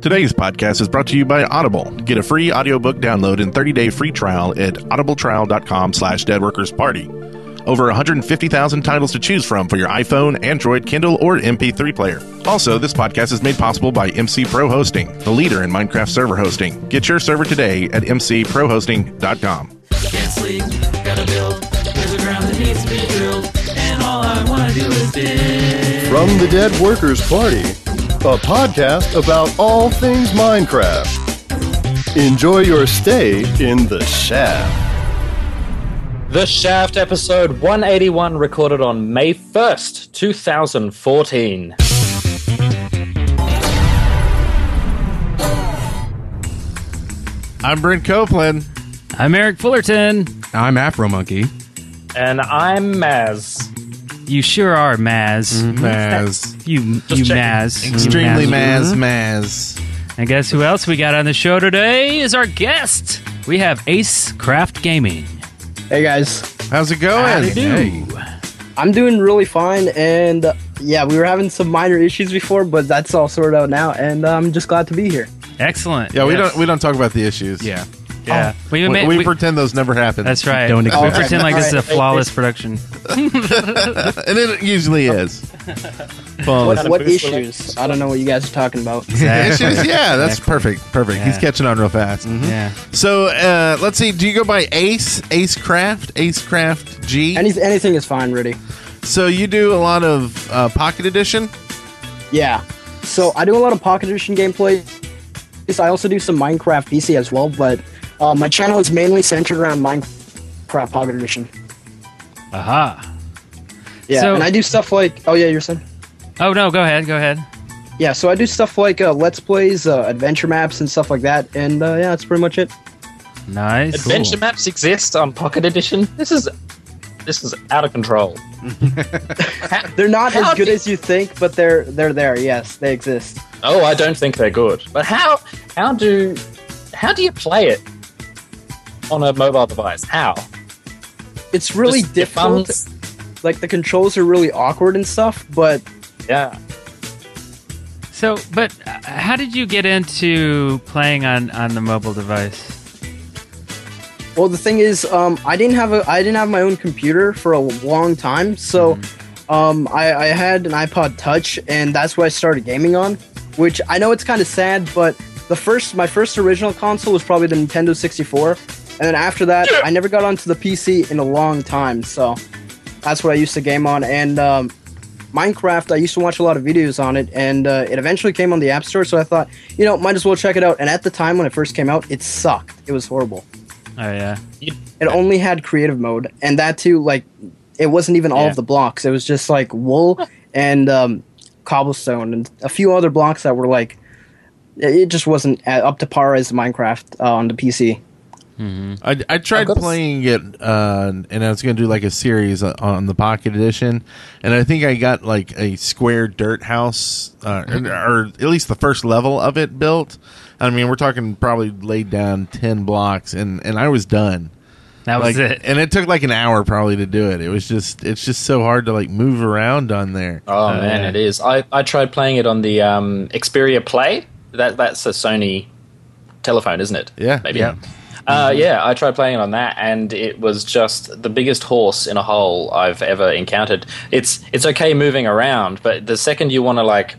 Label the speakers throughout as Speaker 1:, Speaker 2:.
Speaker 1: Today's podcast is brought to you by Audible. Get a free audiobook download and 30-day free trial at audibletrial.com slash deadworkersparty. Over 150,000 titles to choose from for your iPhone, Android, Kindle, or MP3 player. Also, this podcast is made possible by MC Pro Hosting, the leader in Minecraft server hosting. Get your server today at mcprohosting.com.
Speaker 2: Can't sleep, gotta build. There's a ground that needs to be drilled, and all I wanna do is dig.
Speaker 3: From the Dead Workers Party, a podcast about all things Minecraft. Enjoy your stay in the shaft.
Speaker 4: The Shaft episode 181 recorded on May 1st, 2014.
Speaker 1: I'm Brent Copeland.
Speaker 5: I'm Eric Fullerton.
Speaker 6: I'm Afro Monkey.
Speaker 4: And I'm Maz.
Speaker 5: You sure are Maz.
Speaker 6: Maz.
Speaker 5: You you
Speaker 4: checking.
Speaker 5: Maz. You
Speaker 1: Mm-hmm. Extremely
Speaker 5: Maz.
Speaker 1: Maz Maz.
Speaker 5: And guess who else we got on the show today is our guest. We have Ace Craft Gaming.
Speaker 7: Hey guys,
Speaker 1: How's it going?
Speaker 5: Hey.
Speaker 7: I'm doing really fine, and uh, yeah, we were having some minor issues before, but that's all sorted out now, and uh, I'm just glad to be here.
Speaker 5: Excellent.
Speaker 1: Yeah, we
Speaker 5: Yes.
Speaker 1: don't we don't talk about the issues.
Speaker 6: Yeah.
Speaker 5: Yeah. we,
Speaker 1: We,
Speaker 5: ma-
Speaker 1: we
Speaker 5: we-
Speaker 1: pretend those never happen.
Speaker 5: that's right.
Speaker 6: Don't
Speaker 5: we
Speaker 6: exist.
Speaker 5: pretend like this is a
Speaker 7: Alright.
Speaker 5: flawless production.
Speaker 1: and it usually is.
Speaker 7: What, what
Speaker 4: boost will
Speaker 7: issues? I don't know what you guys are talking about.
Speaker 1: Issues? Yeah, that's perfect. Perfect. He's
Speaker 5: Yeah. Mm-hmm.
Speaker 1: catching on real fast.
Speaker 5: Yeah.
Speaker 1: So uh, let's see. Do you go by Ace, Ace Craft, Ace Craft G?
Speaker 7: Any, anything is fine, really.
Speaker 1: so you do a lot of uh, Pocket Edition.
Speaker 7: Yeah. So I do a lot of Pocket Edition gameplay. Yes, I also do some Minecraft PC as well, but uh, my channel is mainly centered around Minecraft Pocket Edition.
Speaker 5: Aha.
Speaker 7: Yeah,
Speaker 5: So-
Speaker 7: and I do stuff like oh yeah, you're saying.
Speaker 5: Oh no, go ahead. Go ahead.
Speaker 7: Yeah, so I do stuff like uh, Let's Plays, uh, adventure maps, and stuff like that, and uh, yeah, that's pretty much it.
Speaker 5: Nice.
Speaker 4: Adventure maps exist on Pocket Edition. This is this is out of control.
Speaker 7: They're not
Speaker 4: How
Speaker 7: as good
Speaker 4: do-
Speaker 7: as you think, but they're they're there. Yes, they exist.
Speaker 4: Oh, I don't think they're good. But how how do how do you play it on a mobile device? How?
Speaker 7: It's really
Speaker 4: Just your
Speaker 7: difficult.
Speaker 4: thumbs?
Speaker 7: Like the controls are really awkward and stuff, but
Speaker 4: Yeah.
Speaker 5: So, but uh, how did you get into playing on on the mobile device?
Speaker 7: well, the thing is, um, I didn't have a I didn't have my own computer for a long time, so um, I, I had an iPod Touch, and that's what I started gaming on. Which I know it's kind of sad, but the first my first original console was probably the Nintendo 64, and then after that, I never got onto the PC in a long time. So that's what I used to game on, and um, Minecraft, I used to watch a lot of videos on it, and uh, it eventually came on the App Store. So I thought, you know, might as well check it out. And at the time when it first came out, it sucked. It was horrible.
Speaker 5: Oh yeah.
Speaker 7: It only had creative mode, and that too, like, it wasn't even all
Speaker 5: Yeah.
Speaker 7: of the blocks. It was just like wool and um, cobblestone and a few other blocks that were like, it it just wasn't uh, up to par as Minecraft uh, on the PC.
Speaker 1: I, I tried
Speaker 4: got a-
Speaker 1: playing it, uh, and I was going to do like a series o- on the Pocket Edition, and I think I got like a square dirt house, uh, or, or at least the first level of it built. I mean, we're talking probably laid down ten blocks, and and I was done.
Speaker 5: That
Speaker 1: like,
Speaker 5: was it.
Speaker 1: And it took like an hour probably to do it. It was just it's just so hard to like move around on there.
Speaker 4: Oh
Speaker 5: Uh,
Speaker 4: man,
Speaker 5: yeah.
Speaker 4: it is. I, I tried playing it on the um, Xperia Play. That that's a Sony telephone, isn't it?
Speaker 1: Yeah,
Speaker 4: maybe.
Speaker 1: yeah.
Speaker 4: Uh, yeah, I tried playing it on that, and it was just the biggest horse in a hole I've ever encountered. It's it's okay moving around, but the second you want to like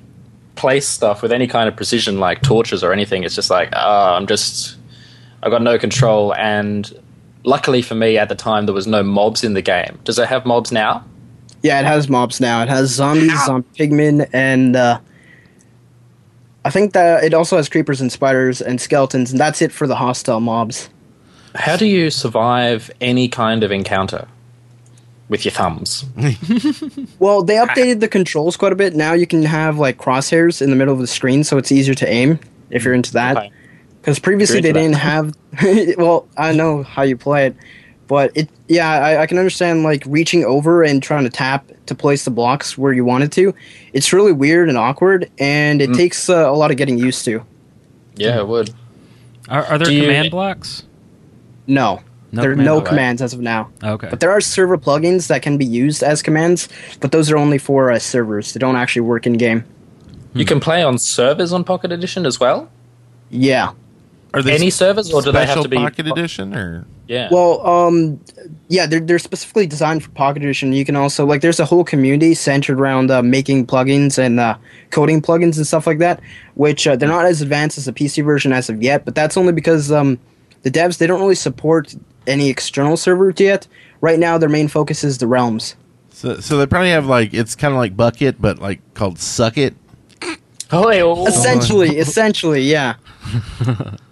Speaker 4: place stuff with any kind of precision, like torches or anything, it's just like ah, I'm just I got no control. And luckily for me, at the time there was no mobs in the game. Does it have mobs now?
Speaker 7: Yeah, it has mobs now. It has zombies, zombie pigmen, and uh, I think that it also has creepers and spiders and skeletons, and that's it for the hostile mobs.
Speaker 4: How do you survive any kind of encounter with your thumbs?
Speaker 7: Well, they updated the controls quite a bit. Now you can have like crosshairs in the middle of the screen, so it's easier to aim if you're into that.
Speaker 4: Okay.
Speaker 7: Because previously
Speaker 4: You're
Speaker 7: they
Speaker 4: into
Speaker 7: didn't have. well, I know how you play it, but it yeah, I, I can understand like reaching over and trying to tap to place the blocks where you wanted to. It's really weird and awkward, and
Speaker 5: Mm.
Speaker 7: it takes uh, a lot of getting used to.
Speaker 4: Yeah, it would.
Speaker 5: Are, are there
Speaker 4: Do you-
Speaker 5: command blocks?
Speaker 7: No.
Speaker 5: No
Speaker 7: there are
Speaker 5: command-
Speaker 7: no
Speaker 5: alright.
Speaker 7: commands as of now.
Speaker 5: Okay.
Speaker 7: But there are server plugins that can be used as commands, but those are only for uh, servers. They don't actually work in game.
Speaker 4: You can play on servers on Pocket Edition as well.
Speaker 7: Yeah.
Speaker 8: Are they
Speaker 4: Any servers, or do they have
Speaker 8: special
Speaker 4: to be
Speaker 8: Pocket Edition or?
Speaker 4: Yeah.
Speaker 7: Well, um, yeah, they're, they're specifically designed for Pocket Edition. You can also like, there's a whole community centered around uh, making plugins and uh, coding plugins and stuff like that, which uh, they're not as advanced as the PC version as of yet. But that's only because um, the devs they don't really support any external servers yet. Right now, their main focus is the realms.
Speaker 8: So, so they probably have like it's kind of like bucket, but like called suck it.
Speaker 4: oh, hey, oh,
Speaker 7: Essentially, essentially, yeah.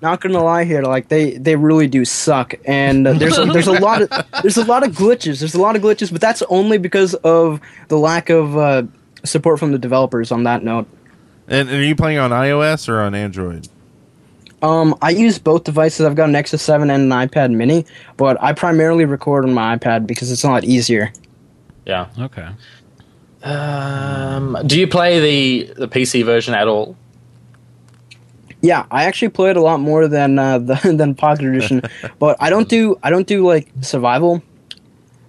Speaker 7: Not gonna lie here, like they they really do suck, and uh, there's a, there's a lot of there's a lot of glitches. There's a lot of glitches, but that's only because of the lack of uh, support from the developers. On that note,
Speaker 8: And, and are you playing on iOS or on Android?
Speaker 7: um, I use both devices. I've got an Nexus Seven and an iPad Mini, but I primarily record on my iPad because it's a lot easier.
Speaker 4: yeah.
Speaker 5: Okay.
Speaker 4: Um, do you play the the PC version at all?
Speaker 7: Yeah, I actually play it a lot more than uh, the, than Pocket Edition, but I don't do I don't do like survival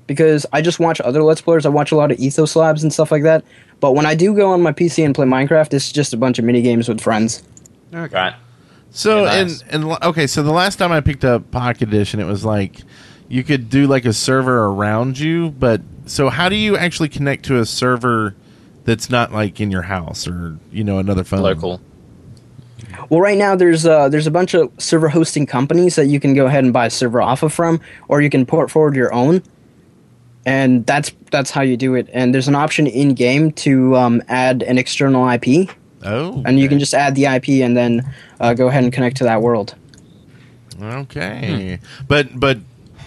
Speaker 7: because I just watch other Let's Players. I watch a lot of Ethos Labs and stuff like that. But when I do go on my PC and play Minecraft, it's just a bunch of mini games with friends.
Speaker 4: Right.
Speaker 8: So
Speaker 4: Yeah,
Speaker 8: and
Speaker 4: nice.
Speaker 8: and l- okay, so the last time I picked up Pocket Edition, it was like you could do like a server around you, but so how do you actually connect to a server that's not like in your house or you know another phone?
Speaker 4: Local.
Speaker 7: Well, right now there's uh, there's a bunch of server hosting companies that you can go ahead and buy a server off of from, or you can port forward your own, and that's that's how you do it. And there's an option in game to um, add an external IP,
Speaker 8: Oh,
Speaker 7: and you can
Speaker 8: okay.
Speaker 7: just add the IP and then uh, go ahead and connect to that world.
Speaker 8: okay, but but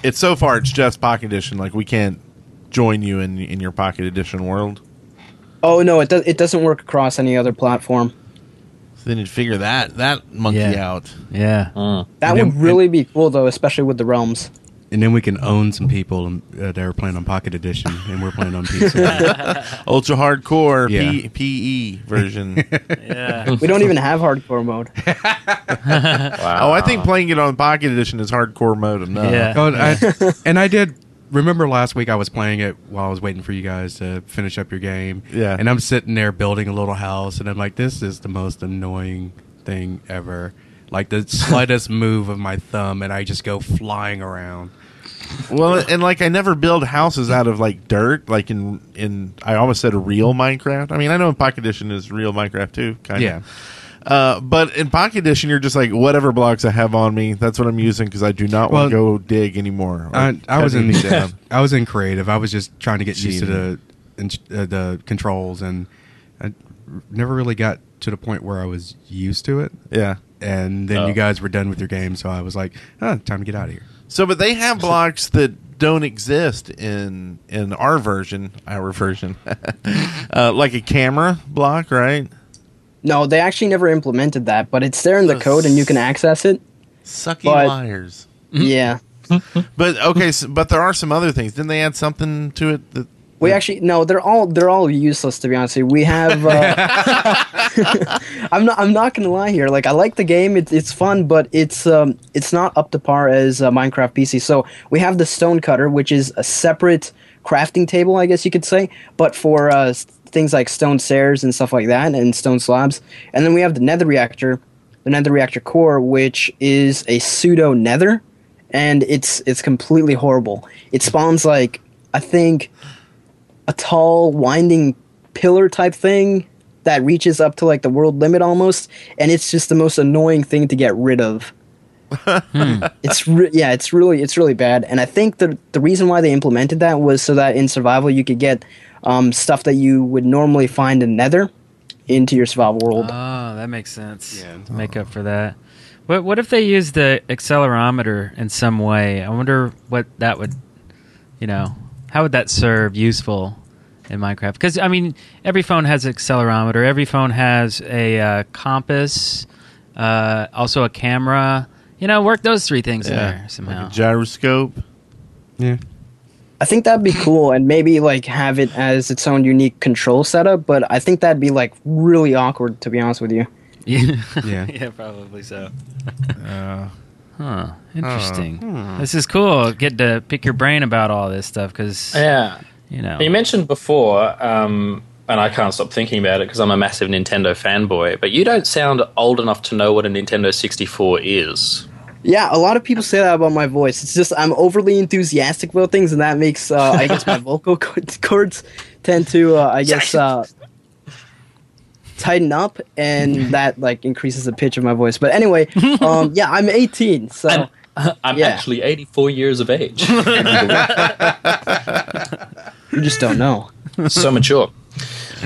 Speaker 8: it's so far it's just Pocket Edition. Like we can't join you in in your Pocket Edition world.
Speaker 7: Oh no, it does. It doesn't work across any other platform.
Speaker 8: So then you'd figure that that monkey
Speaker 6: Yeah.
Speaker 8: out.
Speaker 6: Yeah.
Speaker 7: That
Speaker 6: And
Speaker 7: would
Speaker 6: then-
Speaker 7: really be cool though, especially with the realms.
Speaker 6: And then we can own some people and, uh, that are playing on Pocket Edition, and we're playing on PC.
Speaker 8: Ultra hardcore
Speaker 6: Yeah.
Speaker 8: P- PE version.
Speaker 5: Yeah.
Speaker 7: We don't even have hardcore mode.
Speaker 4: Wow.
Speaker 8: oh, I think playing it on Pocket Edition is hardcore mode enough.
Speaker 5: yeah.
Speaker 6: Oh, and I, and I did remember last week I was playing it while I was waiting for you guys to finish up your game.
Speaker 8: Yeah.
Speaker 6: And I'm sitting there building a little house, and I'm like, this is the most annoying thing ever. Like the slightest move of my thumb, and I just go flying around.
Speaker 8: Well, and like I never build houses out of like dirt, like in in I almost said real Minecraft. I mean, I know Pocket Edition is real Minecraft too, kind
Speaker 6: Yeah.
Speaker 8: of. Uh, but in Pocket Edition, you're just like whatever blocks I have on me, that's what I'm using because I do not want to go dig anymore. or
Speaker 6: I, I
Speaker 8: cut
Speaker 6: was in
Speaker 8: anything down.
Speaker 6: I was in creative. I was just trying to get used to
Speaker 8: Cheating.
Speaker 6: the in, uh, the controls, and I never really got to the point where I was used to it.
Speaker 8: yeah.
Speaker 6: And then
Speaker 4: Oh.
Speaker 6: you guys were done with your game, so I was like, huh, time to get out of here.
Speaker 8: So, but they have blocks that don't exist in in our version, our version, uh, like a camera block, right?
Speaker 7: No, they actually never implemented that, but it's there in the code and you can access it.
Speaker 8: Sucky
Speaker 7: But-
Speaker 8: liars.
Speaker 6: Mm-hmm.
Speaker 7: Yeah.
Speaker 8: But okay, so, but there are some other things. Didn't they add something to it? That,
Speaker 7: We actually no, they're all they're all useless to be honest. with you. We have uh, I'm not I'm not gonna lie here. Like I like the game, it's it's fun, but it's um it's not up to par as uh, Minecraft PC. So we have the stone cutter, which is a separate crafting table, I guess you could say, but for uh, s- things like stone stairs and stuff like that, and stone slabs. And then we have the Nether reactor, the Nether reactor core, which is a pseudo Nether, and it's it's completely horrible. It spawns like I think a tall winding pillar type thing that reaches up to like the world limit almost and it's just the most annoying thing to get rid of it's re- yeah it's really it's really bad and i think the the reason why they implemented that was so that in survival you could get um, stuff that you would normally find in nether into your survival world
Speaker 5: Oh, that makes sense.
Speaker 6: Yeah.
Speaker 5: To make up for that. What What if they use the accelerometer in some way? I wonder what that would, you know, how would that serve useful in Minecraft? Because I mean, every phone has accelerometer. Every phone has a uh, compass, uh, also a camera. You know, work those three things in there somehow.
Speaker 8: Like a gyroscope.
Speaker 6: Yeah.
Speaker 7: i think that'd be cool and maybe like have it as its own unique control setup but i think that'd be like really awkward to be honest with you
Speaker 5: Yeah.
Speaker 6: Yeah.
Speaker 5: yeah, probably so. huh. Interesting. This is cool. Get to pick your brain about all this stuff because
Speaker 4: Yeah.
Speaker 5: you know.
Speaker 4: You mentioned before um, and I can't stop thinking about it because I'm a massive Nintendo fanboy, but you don't sound old enough to know what a Nintendo 64 is.
Speaker 7: Yeah, a lot of people say that about my voice. It's just I'm overly enthusiastic about things, and that makes uh, I guess my vocal cord- cords tend to uh, I guess uh, tighten up, and that like increases the pitch of my voice. But anyway, um, yeah, I'm 18, so
Speaker 4: And I'm
Speaker 7: Yeah.
Speaker 4: actually 84 years of age.
Speaker 7: you just don't know.
Speaker 4: so mature.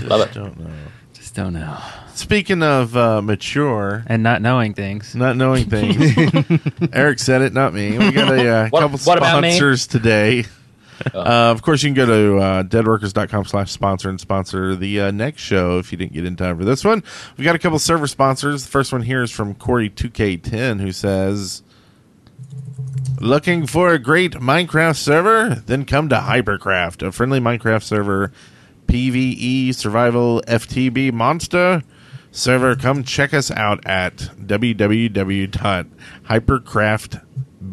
Speaker 4: Love it.
Speaker 1: Don't know.
Speaker 5: Just don't know.
Speaker 1: Speaking of uh, mature,
Speaker 5: And not knowing things.
Speaker 1: not knowing things, Eric said it, not me. We got a uh,
Speaker 4: What-
Speaker 1: couple
Speaker 4: what about me? Oh.
Speaker 1: sponsors today. Uh, of course, you can go to uh, deadworkers.com slash sponsor and sponsor the uh, next show if you didn't get in time for this one. We've got a couple server sponsors. The first one here is from Corey2K10, who says, Looking for a great Minecraft server? Then come to Hypercraft, a friendly Minecraft server, PvE survival FTB monster server. Come check us out at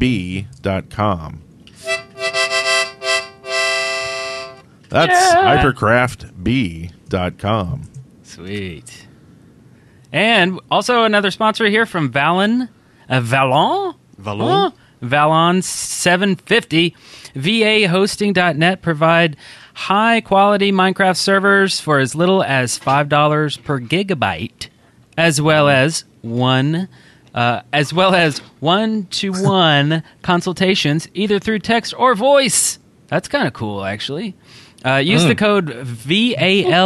Speaker 1: www.hypercraftb.com. That's hypercraftb.com.
Speaker 5: Sweet. And also another sponsor here from Valen. Uh, Valon?
Speaker 6: Valon?
Speaker 5: Valon 750. VAHosting.net provide high quality Minecraft servers for as little as $5 per gigabyte, as well as one. Uh, as well as one-to-one consultations, either through text or voice. That's kind of cool, actually. Uh, use the code VALON.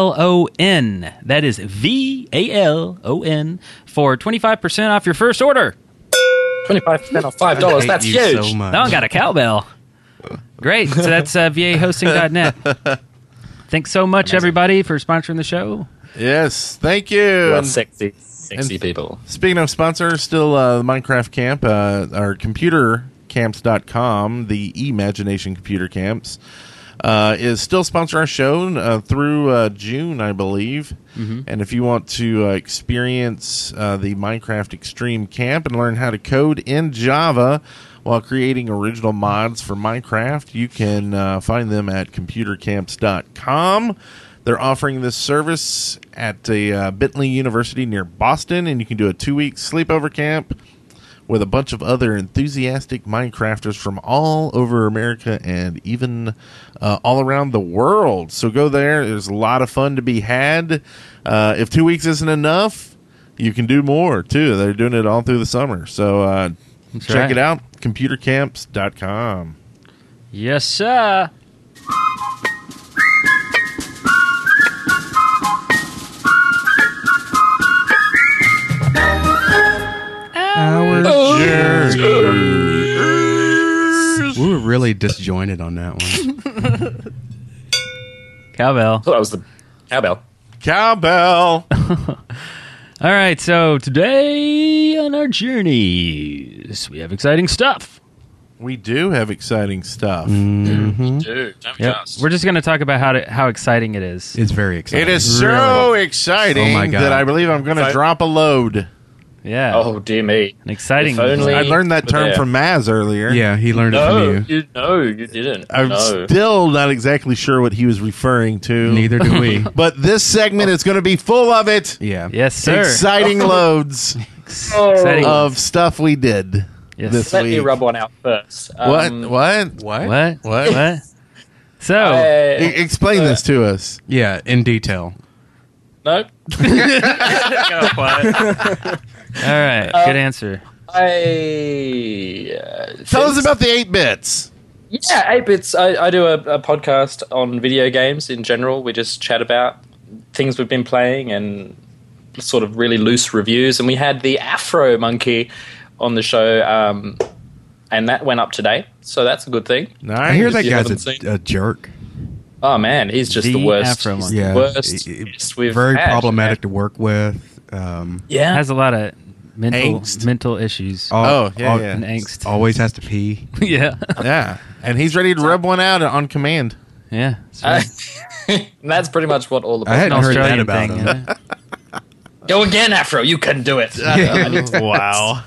Speaker 5: That is V A L O N for 25% off your first order.
Speaker 4: 25% off
Speaker 6: I
Speaker 4: $5.
Speaker 6: hate
Speaker 4: That's
Speaker 6: you
Speaker 4: huge.
Speaker 6: So much.
Speaker 5: That one got a cowbell. Great. So that's uh, VAHosting.net. Thanks so much, everybody, for sponsoring the show.
Speaker 1: Yes, thank
Speaker 4: You
Speaker 1: you.
Speaker 4: are
Speaker 1: And
Speaker 4: sexy, sexy
Speaker 1: and-
Speaker 4: people.
Speaker 1: Speaking of sponsors, still uh, the Minecraft Camp, uh, our computercamps.com, the Imagination Computer Camps, uh, is still sponsor our show uh, through uh, June, I believe. And if you want to uh, experience uh, the Minecraft Extreme Camp and learn how to code in Java while creating original mods for Minecraft, you can uh, find them at computercamps.com. They're offering this service at a uh, Bentley University near Boston, and you can do a two week sleepover camp with a bunch of other enthusiastic Minecrafters from all over America and even uh, all around the world. So go there. There's a lot of fun to be had. Uh, if two weeks isn't enough, you can do more too. They're doing it all through the summer. So uh, check
Speaker 5: right.
Speaker 1: it out computercamps.com.
Speaker 5: Yes, sir.
Speaker 6: We were really disjointed on that one.
Speaker 5: Cowbell.
Speaker 4: thought that was the cowbell.
Speaker 1: Cowbell.
Speaker 5: All right, so today on our journeys, we have exciting stuff.
Speaker 1: we do have exciting stuff.
Speaker 6: Mm-hmm.
Speaker 4: Dude, don't
Speaker 5: Yep. We're just going to talk about how to, how exciting it is.
Speaker 6: It's very exciting.
Speaker 1: It is so exciting
Speaker 6: Oh my God.
Speaker 1: that I believe I'm going to
Speaker 4: So-
Speaker 1: drop a load.
Speaker 5: Yeah.
Speaker 4: Oh, dear me.
Speaker 5: An exciting.
Speaker 4: If only-
Speaker 1: I learned that term
Speaker 4: Yeah.
Speaker 1: from Maz earlier.
Speaker 6: Yeah, he learned it
Speaker 4: No,
Speaker 6: from you.
Speaker 4: you, no, you didn't.
Speaker 1: I'm
Speaker 4: no.
Speaker 1: still not exactly sure what he was referring to.
Speaker 6: Neither do we.
Speaker 1: But this segment is going to be full of it.
Speaker 6: Yeah.
Speaker 5: Yes, sir.
Speaker 1: Exciting loads
Speaker 5: Exciting.
Speaker 1: of stuff we did
Speaker 5: Yes.
Speaker 1: this
Speaker 4: Let me
Speaker 1: week.
Speaker 4: rub one out first.
Speaker 1: what?
Speaker 4: Um,
Speaker 1: what?
Speaker 6: What?
Speaker 5: What?
Speaker 1: What?
Speaker 5: What? So,
Speaker 4: I-
Speaker 1: E- explain this to us.
Speaker 6: Yeah, in detail.
Speaker 4: no,
Speaker 5: all right,
Speaker 4: Uh,
Speaker 5: good answer.
Speaker 4: I uh,
Speaker 1: Tell us about the eight bits.
Speaker 4: yeah, eight bits. I, I do a, a podcast on video games in general. We just chat about things we've been playing and sort of really loose reviews. And we had the Afro Monkey on the show, um, and that went up today, so that's a good thing.
Speaker 1: Nice.
Speaker 6: I hear that
Speaker 4: you
Speaker 6: guy's
Speaker 4: haven't seen-
Speaker 6: a, a jerk.
Speaker 4: Oh man, he's just the,
Speaker 5: The
Speaker 4: worst.
Speaker 5: Afro
Speaker 4: He's
Speaker 5: Monkey.
Speaker 4: the
Speaker 6: Yeah.
Speaker 4: worst.
Speaker 6: It- it-
Speaker 4: guest we've
Speaker 6: very
Speaker 4: had.
Speaker 6: problematic to work with. Um,
Speaker 4: Yeah,
Speaker 5: Has a lot of mental
Speaker 1: Angst.
Speaker 5: mental issues
Speaker 1: Oh, yeah, yeah.
Speaker 5: and angst.
Speaker 6: Always has to pee.
Speaker 5: yeah,
Speaker 1: Yeah. And he's ready to rub one out on command.
Speaker 5: yeah. It's
Speaker 4: Uh,
Speaker 5: right.
Speaker 4: that's pretty much what all the
Speaker 6: I hadn't
Speaker 5: An
Speaker 6: heard that
Speaker 5: Australian
Speaker 6: about
Speaker 5: thing,
Speaker 6: him.
Speaker 5: yeah.
Speaker 4: Go again, Afro. You can do it.
Speaker 1: wow.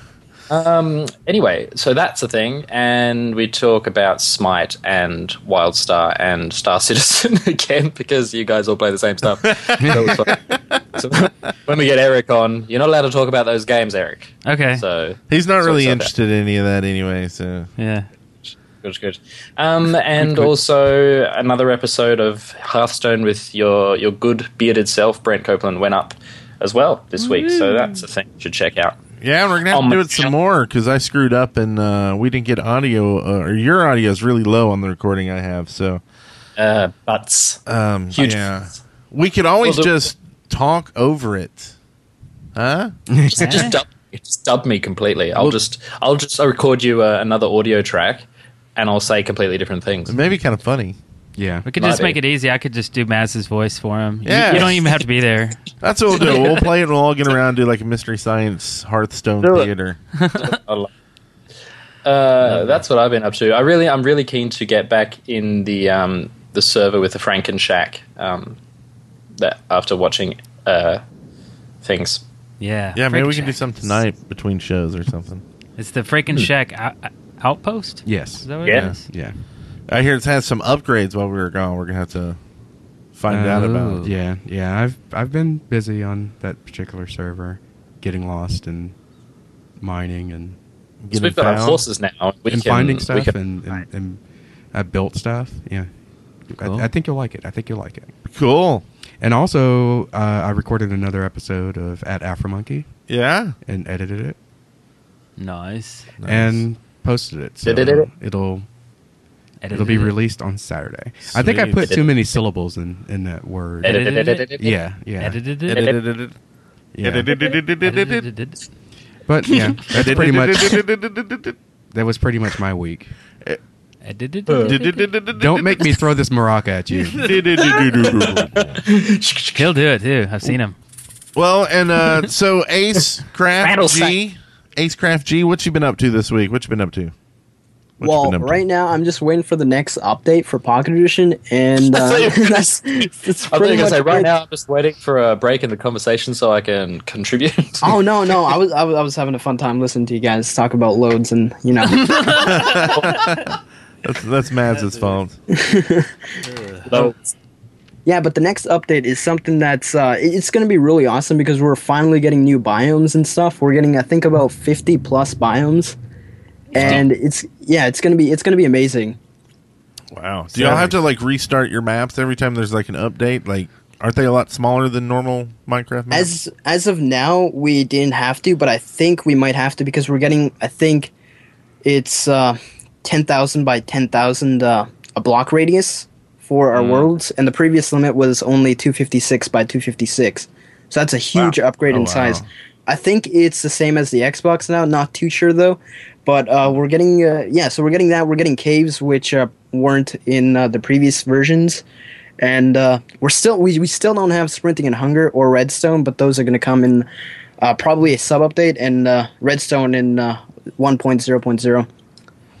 Speaker 4: Um, anyway, so that's the thing, and we talk about Smite and Wildstar and Star Citizen again because you guys all play the same stuff. That was fun. so when we get Eric on, you're not allowed to talk about those games, Eric.
Speaker 5: Okay.
Speaker 4: So
Speaker 1: He's not
Speaker 4: So
Speaker 1: really
Speaker 4: it's not
Speaker 1: interested in any of that anyway. So
Speaker 5: yeah.
Speaker 4: good, good. Um, and also another episode of Hearthstone with your your good bearded self, Brent Copeland, went up as well this week. So that's a thing you should check out.
Speaker 1: yeah, we're gonna have
Speaker 4: Oh
Speaker 1: to do
Speaker 4: my
Speaker 1: it some
Speaker 4: God.
Speaker 1: more because I screwed up and uh, we didn't get audio uh, or your audio is really low on the recording I have. So
Speaker 4: Uh, butts.
Speaker 1: um,
Speaker 4: Huge.
Speaker 1: yeah, we could always
Speaker 4: Well, the-
Speaker 1: just talk over it, huh?
Speaker 4: just, just dub, just dub me completely. I'll just I'll just I'll record you uh, another audio track, and I'll say completely different things. Uh,
Speaker 1: Maybe kind of funny.
Speaker 6: Yeah.
Speaker 5: We could
Speaker 4: Might
Speaker 5: just make
Speaker 4: be.
Speaker 5: it easy. I could just do Maz's voice for him. You-
Speaker 1: Yeah.
Speaker 5: You, don't even have to be there.
Speaker 1: That's what we'll do. We'll play it. We'll all get around and do like a mystery science Hearthstone
Speaker 4: Do it.
Speaker 1: theater.
Speaker 4: Uh, that's what I've been up to. I really I'm really keen to get back in the um, the server with the Frank and Shack. Um, that after watching uh, things.
Speaker 5: Yeah.
Speaker 1: Yeah, maybe
Speaker 5: Freaking
Speaker 1: we can do
Speaker 5: shack.
Speaker 1: some tonight Hmm. between shows or something.
Speaker 5: It's the freaking shack out- outpost. Is
Speaker 6: Yes.
Speaker 5: that what
Speaker 4: Yeah.
Speaker 5: it is?
Speaker 6: Yeah.
Speaker 1: I hear it's had some upgrades while we were gone. We're gonna have to find out about. it.
Speaker 6: Yeah, yeah. I've I've been busy on that particular server, getting lost and mining and
Speaker 4: So we've got our forces now. We
Speaker 6: and
Speaker 4: can-
Speaker 6: finding
Speaker 4: we
Speaker 6: stuff
Speaker 4: can-
Speaker 6: and and, and I built stuff. Yeah.
Speaker 5: Cool.
Speaker 6: I, I think you'll like it. I think you'll like it.
Speaker 1: Cool.
Speaker 6: And also, uh, I recorded another episode of at Afromonkey
Speaker 1: Yeah.
Speaker 6: and edited it
Speaker 5: Nice.
Speaker 6: and posted it. So
Speaker 4: Edited it?
Speaker 6: it'll it'll be
Speaker 5: Edited.
Speaker 6: released on Saturday. I think I
Speaker 1: Sweet.
Speaker 6: put too many syllables in in that word.
Speaker 5: Edit-
Speaker 4: Edited.
Speaker 6: Yeah, yeah.
Speaker 5: Edited it.
Speaker 1: Edited.
Speaker 6: yeah.
Speaker 1: Edited.
Speaker 5: Edited it.
Speaker 6: But yeah, that's pretty much
Speaker 1: much.
Speaker 6: that was pretty much my week.
Speaker 5: Edited it.
Speaker 1: Don't
Speaker 6: Don't make me throw this maraca at you.
Speaker 5: He'll do it too. I've seen him.
Speaker 1: well, and uh, so Ace Craft G, Ace Craft G, what you been up to this week? What you been up to? What you
Speaker 7: well,
Speaker 1: been up to?
Speaker 7: right now I'm just waiting for the next update for Pocket Edition, and uh,
Speaker 4: I thought you were gonna
Speaker 7: that's, that's
Speaker 4: I was
Speaker 7: pretty
Speaker 4: going to
Speaker 7: much
Speaker 4: say right
Speaker 7: it.
Speaker 4: now. I'm just waiting for a break in the conversation so I can contribute.
Speaker 7: Oh no, no, I was, I was I was having a fun time listening to you guys talk about loads, and you know,
Speaker 1: That's, that's Maz's fault.
Speaker 4: So-
Speaker 7: yeah. But the next update is something that's uh, it- it's going to be really awesome because we're finally getting new biomes and stuff. We're getting I think about 50 plus biomes, and it's yeah, it's gonna be it's gonna be amazing.
Speaker 1: Wow. Do y'all have to like restart your maps every time there's like an update? Like, aren't they a lot smaller than normal Minecraft maps?
Speaker 7: As as of now, we didn't have to, but I think we might have to because we're getting. I think it's uh, ten thousand by ten thousand uh, a block radius for
Speaker 1: Mm.
Speaker 7: our worlds, and the previous limit was only two fifty six by two fifty six. So that's a huge upgrade
Speaker 1: Oh,
Speaker 7: in
Speaker 1: wow.
Speaker 7: size. I think it's the same as the Xbox now. Not too sure though, but uh, we're getting uh, yeah. So we're getting that. We're getting caves which uh, weren't in uh, the previous versions and uh, we're still we, we still don't have sprinting and hunger or redstone but those are going to come in uh, probably a sub update and uh, redstone in uh, 1.0.0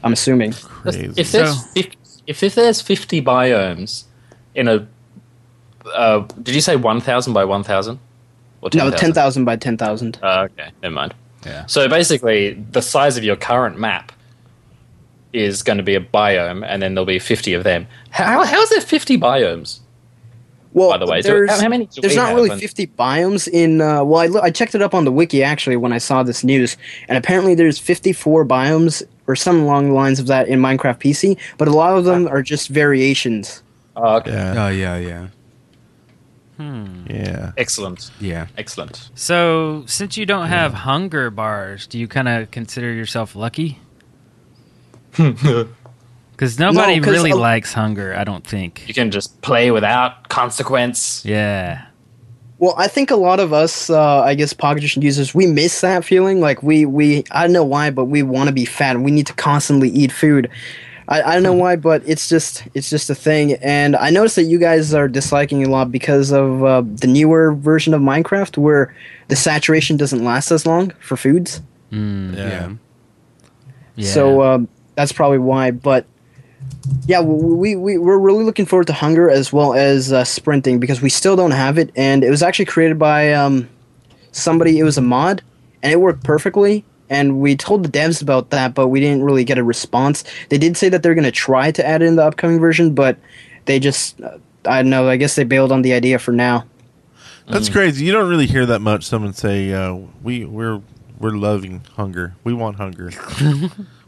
Speaker 7: i'm assuming
Speaker 1: Crazy.
Speaker 4: If there's
Speaker 5: So-
Speaker 4: fif- if, if there's fifty biomes in a, uh, did you say one thousand by one thousand? Or
Speaker 7: no 10000 by 10000
Speaker 4: Uh, okay, never mind.
Speaker 5: Yeah.
Speaker 4: So basically, the size of your current map is going to be a biome, and then there'll be fifty of them. How how is there fifty biomes?
Speaker 7: well
Speaker 4: By the way, so
Speaker 7: there's,
Speaker 4: how- how many do
Speaker 7: there's
Speaker 4: we
Speaker 7: not
Speaker 4: have
Speaker 7: really
Speaker 4: on-
Speaker 7: 50 biomes in uh, well I, lo- I checked it up on the wiki actually when i saw this news and apparently there's 54 biomes or some along the lines of that in minecraft pc but a lot of them are just variations
Speaker 4: Oh, okay.
Speaker 1: yeah.
Speaker 6: Oh yeah, yeah,
Speaker 1: yeah.
Speaker 4: Excellent,
Speaker 6: yeah.
Speaker 4: excellent.
Speaker 5: So since you don't have hunger bars, do you kind of consider yourself lucky? Because nobody
Speaker 7: 'cause
Speaker 5: really
Speaker 7: a-
Speaker 5: likes hunger. I don't think.
Speaker 4: You can just play without consequence.
Speaker 5: Yeah.
Speaker 7: Well, I think a lot of us, uh, I guess, Pocket Edition users, we miss that feeling. Like we, we, I don't know why, but we want to be fat. and We need to constantly eat food. I, I don't
Speaker 5: Hmm.
Speaker 7: know why, but it's just, it's just a thing. And I noticed that you guys are disliking it a lot because of uh, the newer version of Minecraft, where the saturation doesn't last as long for foods.
Speaker 6: Yeah.
Speaker 5: Hmm. Yeah.
Speaker 7: So um, that's probably why. But yeah, we, we we're really looking forward to hunger as well as uh, sprinting because we still don't have it, and it was actually created by um, somebody. It was a mod, and it worked perfectly. and we told the devs about that, but we didn't really get a response. They did say that they're going to try to add it in the upcoming version, but they just uh, I don't know. I guess they bailed on the idea for now.
Speaker 8: That's
Speaker 4: Mm.
Speaker 8: crazy. You don't really hear that much. Someone say, uh, "We we're we're loving hunger. We want hunger.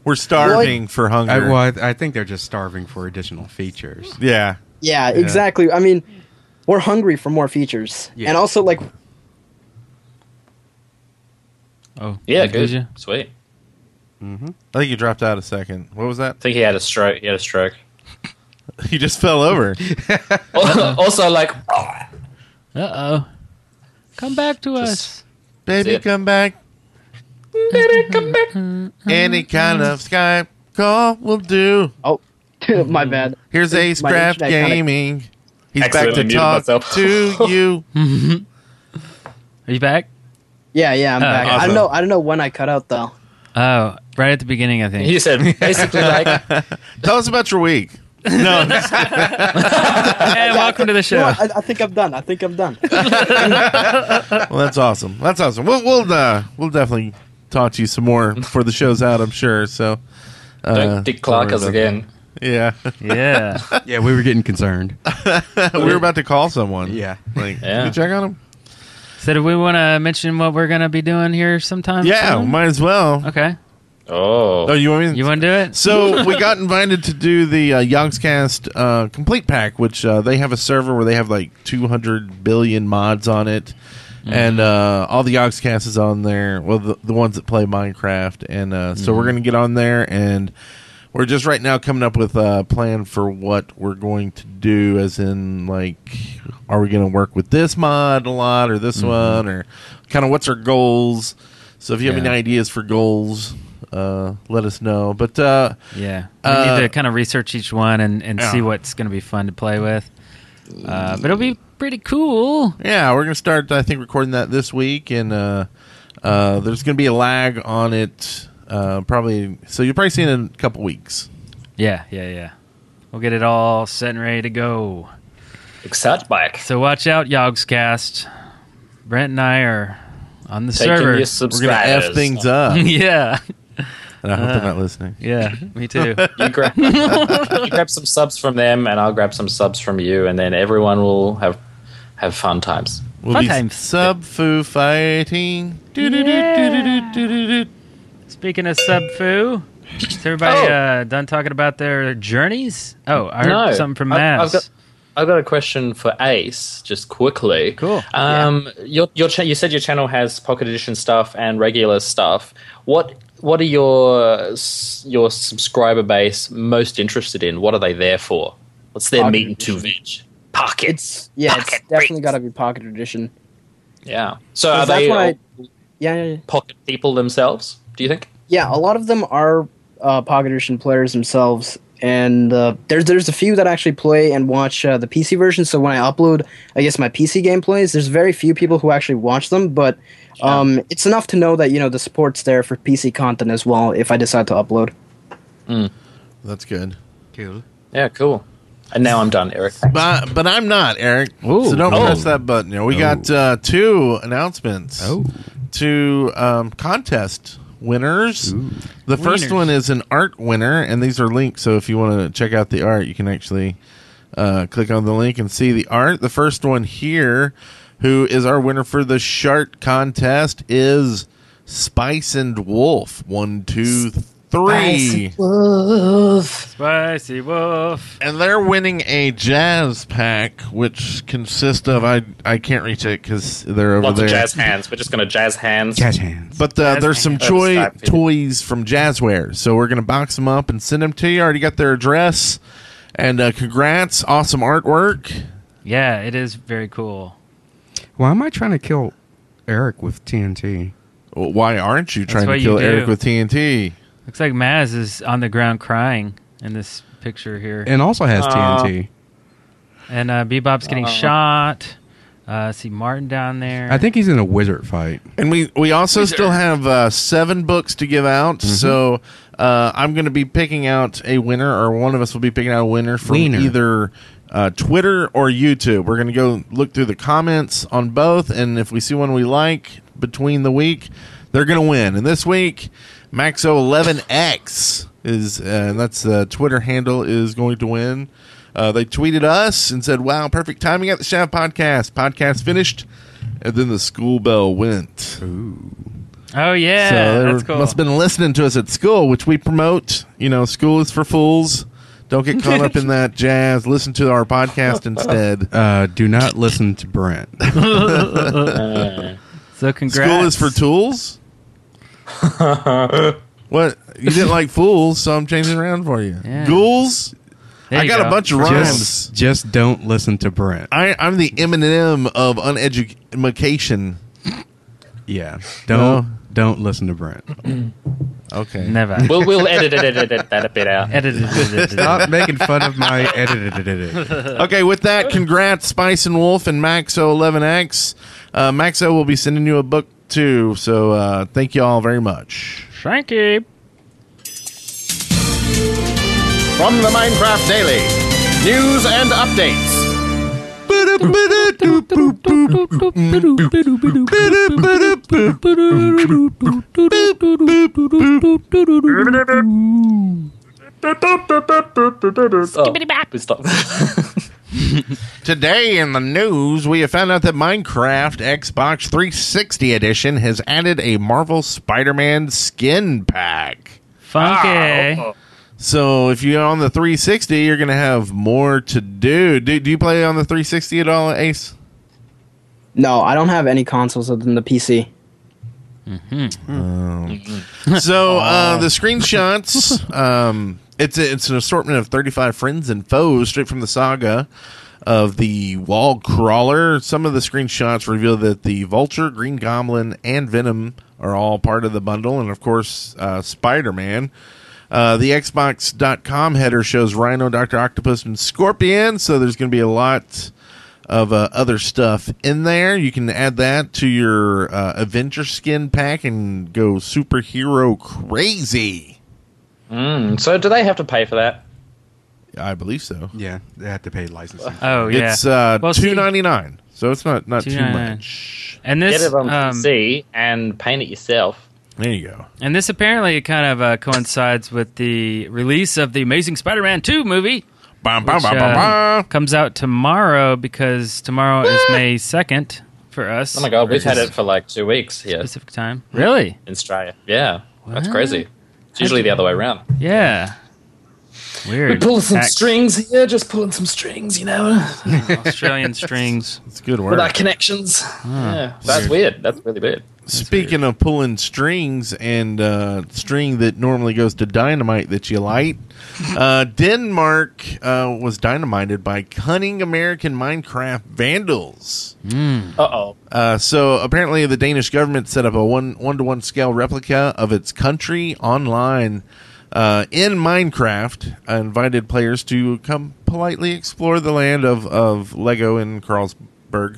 Speaker 8: we're starving for hunger."
Speaker 6: I, well, I, I think they're just starving for additional features.
Speaker 8: yeah,
Speaker 7: Yeah, exactly. I mean, we're hungry for more features,
Speaker 6: Yeah.
Speaker 7: and also like
Speaker 5: Oh,
Speaker 4: Yeah,
Speaker 5: did
Speaker 4: good.
Speaker 5: you?
Speaker 4: Sweet.
Speaker 8: I think you dropped out a second. What was that?
Speaker 4: I think he had a stroke. He had a stroke.
Speaker 8: You just fell over.
Speaker 4: also, like,
Speaker 5: Uh oh. Come back to us.
Speaker 8: Baby,
Speaker 4: it.
Speaker 8: come back.
Speaker 4: baby, come back.
Speaker 8: Any kind of Skype call will do.
Speaker 7: oh, my bad.
Speaker 8: Here's Ace
Speaker 7: my
Speaker 8: Craft
Speaker 7: internet kinda-
Speaker 8: Gaming. He's back
Speaker 4: Accidentally
Speaker 8: to
Speaker 4: muted
Speaker 8: talk
Speaker 4: myself.
Speaker 8: to you.
Speaker 5: Are you back?
Speaker 7: Yeah, yeah, I'm
Speaker 5: Uh,
Speaker 7: back. I
Speaker 8: awesome.
Speaker 7: don't know. I don't know when I cut out though.
Speaker 5: Oh, right at the beginning, I think.
Speaker 4: He said basically like,
Speaker 8: Tell us about your week. No, I'm just-
Speaker 5: hey, welcome to the show.
Speaker 7: You know what? I, I think I'm done. I think I'm done.
Speaker 8: well, that's awesome. That's awesome. We'll we'll uh, we'll definitely talk to you some more before the show's out. I'm sure. So, uh,
Speaker 4: don't Dick Clark us
Speaker 8: don't
Speaker 4: again.
Speaker 8: worry about that.
Speaker 5: Yeah.
Speaker 6: Yeah, we were getting concerned.
Speaker 8: Yeah, we were about to call someone.
Speaker 6: Yeah.
Speaker 8: like
Speaker 4: Yeah.
Speaker 8: yeah. you check on him.
Speaker 5: So, do we want to mention what we're going to be doing here sometime?
Speaker 8: Yeah,
Speaker 5: soon?
Speaker 8: might as well.
Speaker 5: Okay.
Speaker 8: Oh,
Speaker 4: Oh.
Speaker 8: you want me?
Speaker 5: You want to do it?
Speaker 8: So we got invited to do the uh, Yogscast uh, complete pack, which uh, they have a server where they have like 200 billion mods on it, and uh, all the Yogscast is on there. Well, the, the ones that play Minecraft, and uh, so we're gonna get on there, and we're just right now coming up with a plan for what we're going to do, as in like, are we gonna work with this mod a lot or this one, or kind of what's our goals? So if you have
Speaker 5: Yeah.
Speaker 8: any ideas for goals. Uh, let us know. But uh,
Speaker 5: Yeah. We
Speaker 8: Uh,
Speaker 5: need to kind of research each one and, and
Speaker 8: Yeah.
Speaker 5: see what's going to be fun to play with. Uh, but it'll be pretty cool.
Speaker 8: Yeah, we're gonna start. I think recording that this week, and uh, uh, there's gonna be a lag on it. Uh, probably, so you'll probably see it in a couple weeks.
Speaker 5: Yeah, yeah, yeah. We'll get it all set and ready to go.
Speaker 4: Excite bike.
Speaker 5: So watch out, Yogscast. Brent and I are on the
Speaker 4: Taking
Speaker 5: server.
Speaker 4: your
Speaker 8: We're gonna
Speaker 4: subscribers.
Speaker 8: f things up, and
Speaker 5: yeah,
Speaker 8: I hope they're not listening.
Speaker 5: yeah, me too.
Speaker 4: You grab, you grab some subs from them, and I'll grab some subs from you, and then everyone will have have fun times.
Speaker 8: We'll
Speaker 5: Fun
Speaker 8: be
Speaker 5: times.
Speaker 8: sub foo fighting.
Speaker 5: Speaking of sub foo, is everybody
Speaker 4: Oh.
Speaker 5: uh, done talking about their journeys? Oh, I heard
Speaker 4: No.
Speaker 5: something from
Speaker 4: I-
Speaker 5: Mass.
Speaker 4: I've got- I've got a question for Ace, just quickly.
Speaker 5: Cool.
Speaker 4: Um, your your cha- you said your channel has Pocket Edition stuff and regular stuff. What what are your s- your subscriber base most interested in? What are they there for? What's their
Speaker 7: Pocket
Speaker 4: meat and two veg? Pocket.
Speaker 7: It's yeah. It's
Speaker 4: Pocket
Speaker 7: definitely
Speaker 4: breaks.
Speaker 7: got to be pocket edition.
Speaker 4: yeah. So are
Speaker 7: Because that's
Speaker 4: Uh, they
Speaker 7: what I-
Speaker 4: all
Speaker 7: Yeah, yeah, yeah.
Speaker 4: pocket people themselves? Do you think?
Speaker 7: yeah. A lot of them are uh, pocket edition players themselves, and uh, there's there's a few that actually play and watch uh, the PC version. So when I upload, I guess my PC gameplays, there's very few people who actually watch them, but um, it's enough to know that you know the support's there for PC content as well. If I decide to upload.
Speaker 8: That's good.
Speaker 6: Cool.
Speaker 4: Yeah. Cool. And now I'm done, Eric.
Speaker 8: But but I'm not Eric.
Speaker 5: Ooh.
Speaker 8: so don't
Speaker 5: Oh.
Speaker 8: press that button. You know, we got uh, two announcements.
Speaker 6: Oh.
Speaker 8: to um, contest winners. The first
Speaker 5: Wieners.
Speaker 8: one is an art winner, and these are linked. So if you want to check out the art, you can actually uh, click on the link and see the art. The first one here, who is our winner for the Shart contest, is Spice and Wolf. One, two, three.
Speaker 5: Spicy Wolf.
Speaker 8: And they're winning a jazz pack, which consists of I I can't reach it because they're over
Speaker 4: Lots
Speaker 8: there.
Speaker 4: of jazz hands. We're just gonna jazz hands.
Speaker 6: Jazz hands.
Speaker 8: But uh, there's some joy,
Speaker 4: Stop it.
Speaker 8: toys from Jazzware. So we're going to box them up and send them to you. Already got their address. And uh, congrats. Awesome artwork.
Speaker 5: Yeah, it is very cool.
Speaker 6: Why am I trying to kill Eric with TNT?
Speaker 8: Well, Why aren't you trying
Speaker 5: what
Speaker 8: to
Speaker 5: you
Speaker 8: kill
Speaker 5: do.
Speaker 8: Eric with TNT?
Speaker 5: Looks like Maz is on the ground crying in this picture here,
Speaker 6: And also has
Speaker 4: Aw.
Speaker 6: TNT.
Speaker 5: and uh, Bebop's
Speaker 4: Uh-huh.
Speaker 5: getting shot. Uh, I see Martin down there.
Speaker 6: I think he's in a wizard fight.
Speaker 8: And we, we also still have uh, seven books to give out. So uh, I'm going to be picking out a winner, or one of us will be picking out a winner from
Speaker 6: Wiener.
Speaker 8: either uh, Twitter or YouTube. We're going to go look through the comments on both. And if we see one we like between the week, They're going to win. And this week, Maxo11X is, uh, and that's the Twitter handle, is going to win. Uh, they tweeted us and said, "Wow, perfect timing at the Shaft podcast. Podcast finished." And then the school bell went.
Speaker 5: Oh yeah,
Speaker 8: so they
Speaker 5: that's
Speaker 8: were-
Speaker 5: cool.
Speaker 8: must have been listening to us at school, which we promote. You know, school is for fools. Don't get caught up in that jazz. Listen to our podcast instead.
Speaker 6: Uh, do not listen to Brent.
Speaker 5: so congrats.
Speaker 8: School is for tools. what you didn't like fools, so I'm changing around for you.
Speaker 5: Yeah.
Speaker 8: Ghouls.
Speaker 5: There
Speaker 8: I
Speaker 5: you
Speaker 8: got
Speaker 5: go.
Speaker 8: a bunch of rhymes.
Speaker 6: just, just don't listen to Brent.
Speaker 8: I, I'm the Eminem of uneducation.
Speaker 6: Yeah, don't
Speaker 8: No.
Speaker 6: don't listen to Brent.
Speaker 8: Okay.
Speaker 5: Never.
Speaker 4: We'll, we'll edit, edit, edit that a bit out.
Speaker 5: Edited.
Speaker 6: Stop making fun of my edited.
Speaker 8: Okay, with that, congrats, Spice and Wolf and Maxo11X. Uh, Maxo will be sending you a book too, so uh, thank you all very much.
Speaker 5: Thank
Speaker 4: Ah,
Speaker 5: you.
Speaker 3: From the Minecraft Daily, news and updates.
Speaker 4: Oh, we stop.
Speaker 8: Today in the news, we have found out that Minecraft Xbox 360 Edition has added a Marvel Spider Man skin pack.
Speaker 4: oh,
Speaker 5: Funky.
Speaker 8: So if you're on the 360, you're going to have more to do. do. Do you play on the 360 at all, Ace?
Speaker 7: No, I don't have any consoles other than the PC.
Speaker 8: So uh, the screenshots, um, it's a, it's an assortment of 35 friends and foes straight from the saga of the wall crawler. Some of the screenshots reveal that the vulture, green goblin, and venom are all part of the bundle, and of course, uh, Spider Man. Uh, the Xbox.com header shows Rhino, Dr. Octopus, and Scorpion, so there's going to be a lot of uh, other stuff in there. You can add that to your uh, Avenger skin pack and go superhero crazy.
Speaker 4: Mm, so, do they have to pay for that?
Speaker 8: I believe so.
Speaker 6: Yeah, they have to pay licensing.
Speaker 5: Oh yeah.
Speaker 8: It's uh,
Speaker 5: Well, see-
Speaker 8: two ninety nine, so it's not not too
Speaker 5: $2.99.
Speaker 8: much.
Speaker 5: and
Speaker 4: Get
Speaker 5: this
Speaker 4: it on
Speaker 5: um,
Speaker 4: PC and paint it yourself.
Speaker 8: There you go.
Speaker 5: and this apparently kind of uh, coincides with the release of the Amazing Spider-Man 2 movie.
Speaker 8: Bam, bam,
Speaker 5: which,
Speaker 8: bam,
Speaker 5: uh,
Speaker 8: bam, bam.
Speaker 5: comes out tomorrow because tomorrow is May 2nd for us.
Speaker 4: Oh my god, we've had it for like two weeks here
Speaker 5: Specific time. Really?
Speaker 4: in Australia. Yeah, that's crazy. It's usually the other way around.
Speaker 5: Yeah. Weird.
Speaker 4: We're pulling some
Speaker 5: Act-
Speaker 4: strings here, just pulling some strings, you know,
Speaker 5: Australian strings.
Speaker 8: It's good
Speaker 4: with our
Speaker 8: work.
Speaker 4: connections. Yeah, that's weird. That's really weird.
Speaker 8: Speaking of pulling strings and uh, string that normally goes to dynamite that you light, uh, Denmark uh, was dynamited by cunning American Minecraft vandals.
Speaker 4: Uh oh.
Speaker 8: Uh, so apparently, the Danish government set up a one one to one scale replica of its country online uh, in Minecraft. Uh, invited players to come politely explore the land of of Lego in Carlsberg.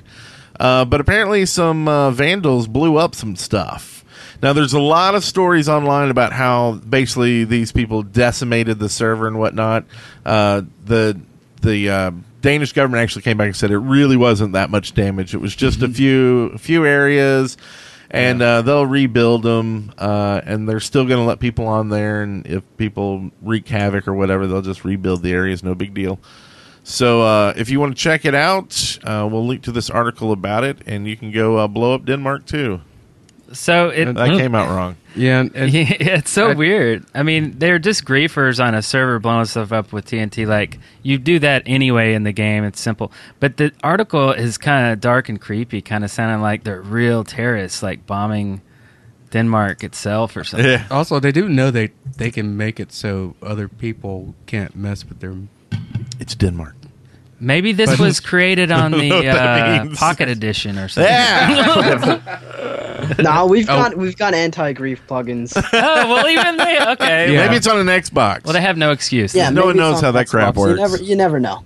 Speaker 8: Uh, but apparently, some uh, vandals blew up some stuff. Now, there's a lot of stories online about how basically these people decimated the server and whatnot. Uh, the the uh, Danish government actually came back and said it really wasn't that much damage. It was just a few few areas, and uh, they'll rebuild them. Uh, and they're still going to let people on there, and if people wreak havoc or whatever, they'll just rebuild the areas. No big deal. So uh, if you want to check it out, uh, we'll link to this article about it, and you can go uh, blow up Denmark too.
Speaker 5: So it
Speaker 8: That came out wrong.
Speaker 6: Yeah, and, and-
Speaker 5: Yeah, it's so weird. I mean, they're just griefers on a server blowing stuff up with TNT. Like you do that anyway in the game. It's simple. But the article is kind of dark and creepy. Kind of sounding like they're real terrorists, like bombing Denmark itself or something.
Speaker 8: Yeah.
Speaker 6: also they do know they they can make it so other people can't mess with their.
Speaker 8: It's Denmark.
Speaker 5: Maybe this
Speaker 6: But-
Speaker 5: was created on the
Speaker 8: what that
Speaker 5: uh,
Speaker 8: means.
Speaker 5: Pocket Edition or something.
Speaker 8: Yeah.
Speaker 7: nah, we've got we've got anti-grief plugins.
Speaker 5: Oh well, even they okay.
Speaker 6: Yeah.
Speaker 8: Maybe it's on an Xbox.
Speaker 5: Well, they have no excuse.
Speaker 7: Yeah,
Speaker 8: No one
Speaker 7: maybe it's
Speaker 8: knows
Speaker 7: on
Speaker 8: how that crap
Speaker 7: Xbox. You
Speaker 8: works.
Speaker 7: never, you never know.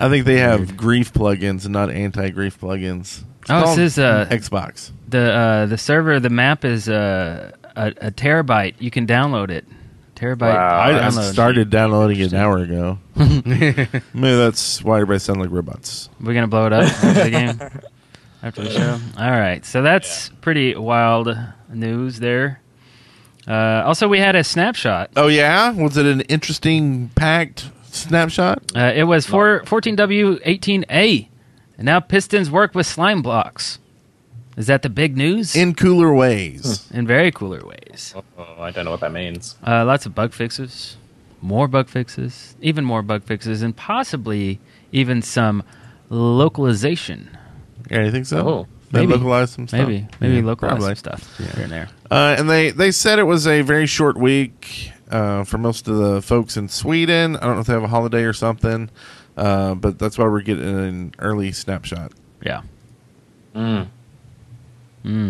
Speaker 8: I think they have grief plugins and not anti grief plugins. It's
Speaker 5: Oh,
Speaker 8: called
Speaker 5: this is uh,
Speaker 8: Xbox.
Speaker 5: the uh, the server. The map is uh, a, a terabyte. You can download it. Terabyte.
Speaker 4: Wow.
Speaker 8: I, I
Speaker 5: download.
Speaker 8: started downloading it an hour ago. Maybe that's why everybody sound like robots.
Speaker 5: We're gonna blow it up. after the game. after the show. All right, so that's pretty wild news there. Uh, also, we had a snapshot.
Speaker 1: Oh yeah, was it an interesting packed snapshot?
Speaker 5: Uh, it was four, 14W 18A, and now Pistons work with slime blocks. Is that the big news?
Speaker 1: In cooler ways.
Speaker 5: in very cooler ways.
Speaker 4: Oh, I don't know what that means.
Speaker 5: Uh, lots of bug fixes, more bug fixes, even more bug fixes, and possibly even some localization.
Speaker 1: Yeah, you think so?
Speaker 4: Oh,
Speaker 1: they
Speaker 5: Hmm. maybe.
Speaker 1: localized some stuff.
Speaker 5: Maybe, maybe
Speaker 1: Yeah,
Speaker 5: localize
Speaker 1: probably.
Speaker 5: some stuff here and there.
Speaker 1: Uh, and they they said it was a very short week uh, for most of the folks in Sweden. I don't know if they have a holiday or something, uh, but that's why we're getting an early snapshot.
Speaker 5: Yeah.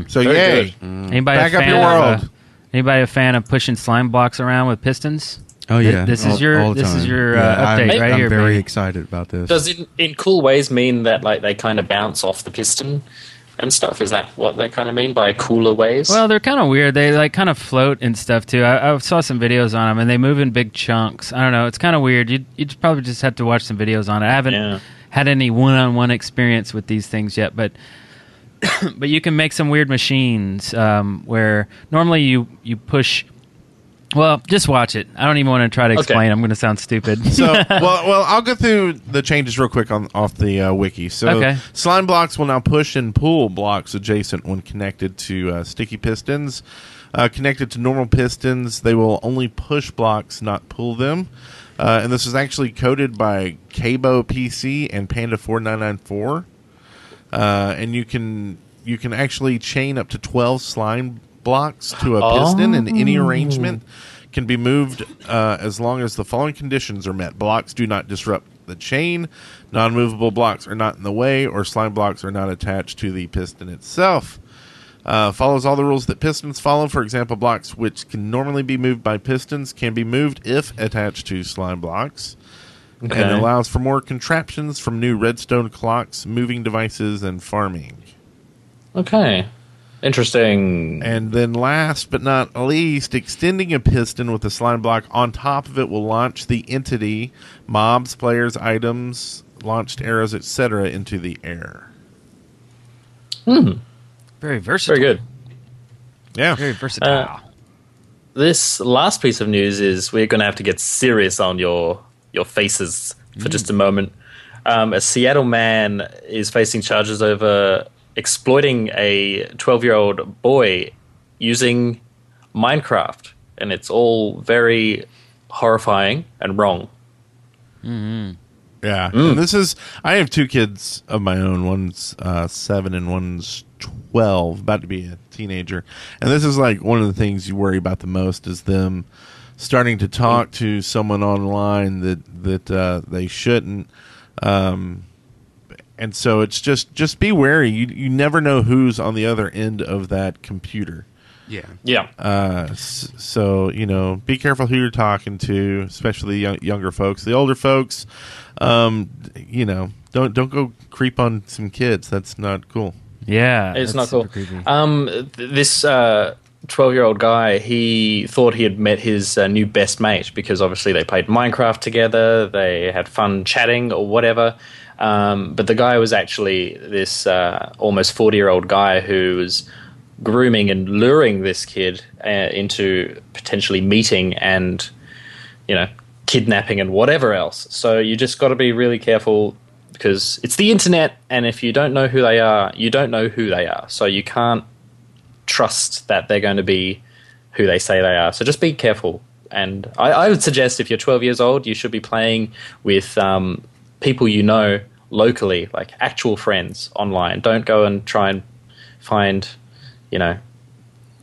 Speaker 1: So
Speaker 4: Very
Speaker 1: yay!
Speaker 5: Anybody
Speaker 1: Mm. Back
Speaker 5: a
Speaker 1: up
Speaker 5: fan
Speaker 1: your
Speaker 5: of,
Speaker 1: world.
Speaker 5: uh, anybody a fan of pushing slime blocks around with pistons?
Speaker 6: Oh
Speaker 5: Th-
Speaker 6: yeah,
Speaker 5: this is your- this is your, uh,
Speaker 6: I'm-
Speaker 5: update right
Speaker 6: I'm
Speaker 5: here,
Speaker 6: very
Speaker 5: baby.
Speaker 6: excited about this.
Speaker 4: Does in in cool ways mean that like they kind of bounce off the piston and stuff? Is that what they kind of mean by cooler ways?
Speaker 5: Well, they're kind of weird. They like kind of float and stuff too. I, I saw some videos on them, and they move in big chunks. I don't know. It's kind of weird. You you probably just have to watch some videos on it. I haven't
Speaker 4: Yeah.
Speaker 5: had any one-on-one experience with these things yet, but but you can make some weird machines um, where normally you you push. Well, just watch it. I don't even want to try to
Speaker 4: Okay.
Speaker 5: explain. I'm going to sound stupid.
Speaker 1: So Oh, well, well, I'll go through the changes real quick on off the uh, wiki. So
Speaker 5: Okay.
Speaker 1: slime blocks will now push and pull blocks adjacent when connected to uh, sticky pistons. Uh, connected to normal pistons, they will only push blocks, not pull them. Uh, and this was actually coded by Cabo PC and Panda four nine nine four. Uh, and you can you can actually chain up to 12 slime blocks to a piston in any arrangement can be moved uh, as long as the following conditions are met blocks do not disrupt the chain non-movable blocks are not in the way or slime blocks are not attached to the piston itself uh, follows all the rules that pistons follow. For example, blocks which can normally be moved by pistons can be moved if attached to slime blocks. And allows for more contraptions from new redstone clocks, moving devices, and farming.
Speaker 4: okay, interesting.
Speaker 1: And then, last but not least, extending a piston with a slime block on top of it will launch the entity, mobs, players, items, launched arrows, etc., into the air.
Speaker 5: Very versatile.
Speaker 4: Very good.
Speaker 1: Yeah.
Speaker 5: Very versatile.
Speaker 4: Uh, This last piece of news is we're going to have to get serious on your your faces for just a moment. Um, a Seattle man is facing charges over exploiting a 12 year old boy using Minecraft, and it's all very horrifying and wrong.
Speaker 1: Yeah. And this is I have two kids of my own. One's uh, seven and one's twelve, about to be a teenager. And this is like one of the things you worry about the most is them starting to talk to someone online that that uh, they shouldn't. Um, and so it's just just be wary. You you never know who's on the other end of that computer.
Speaker 6: yeah,
Speaker 4: Yeah.
Speaker 1: Uh, s- so you know, be careful who you're talking to, especially young, younger folks. The older folks, um, you know, don't don't go creep on some kids. That's not cool.
Speaker 5: yeah,
Speaker 4: it's
Speaker 5: that's
Speaker 4: not cool.
Speaker 5: super creepy.
Speaker 4: Um, th- this twelve-year-old guy, he thought he had met his uh, new best mate because obviously they played Minecraft together, they had fun chatting or whatever. Um, but the guy was actually this uh, almost forty-year-old guy who was grooming and luring this kid uh, into potentially meeting and you know, kidnapping and whatever else. So you just got to be really careful because it's the internet, and if you don't know who they are, you don't know who they are. So you can't trust that they're going to be who they say they are. So just be careful. And I, I would suggest if you're 12 years old, you should be playing with um, people you know locally, like actual friends online. Don't go and try and find, you know,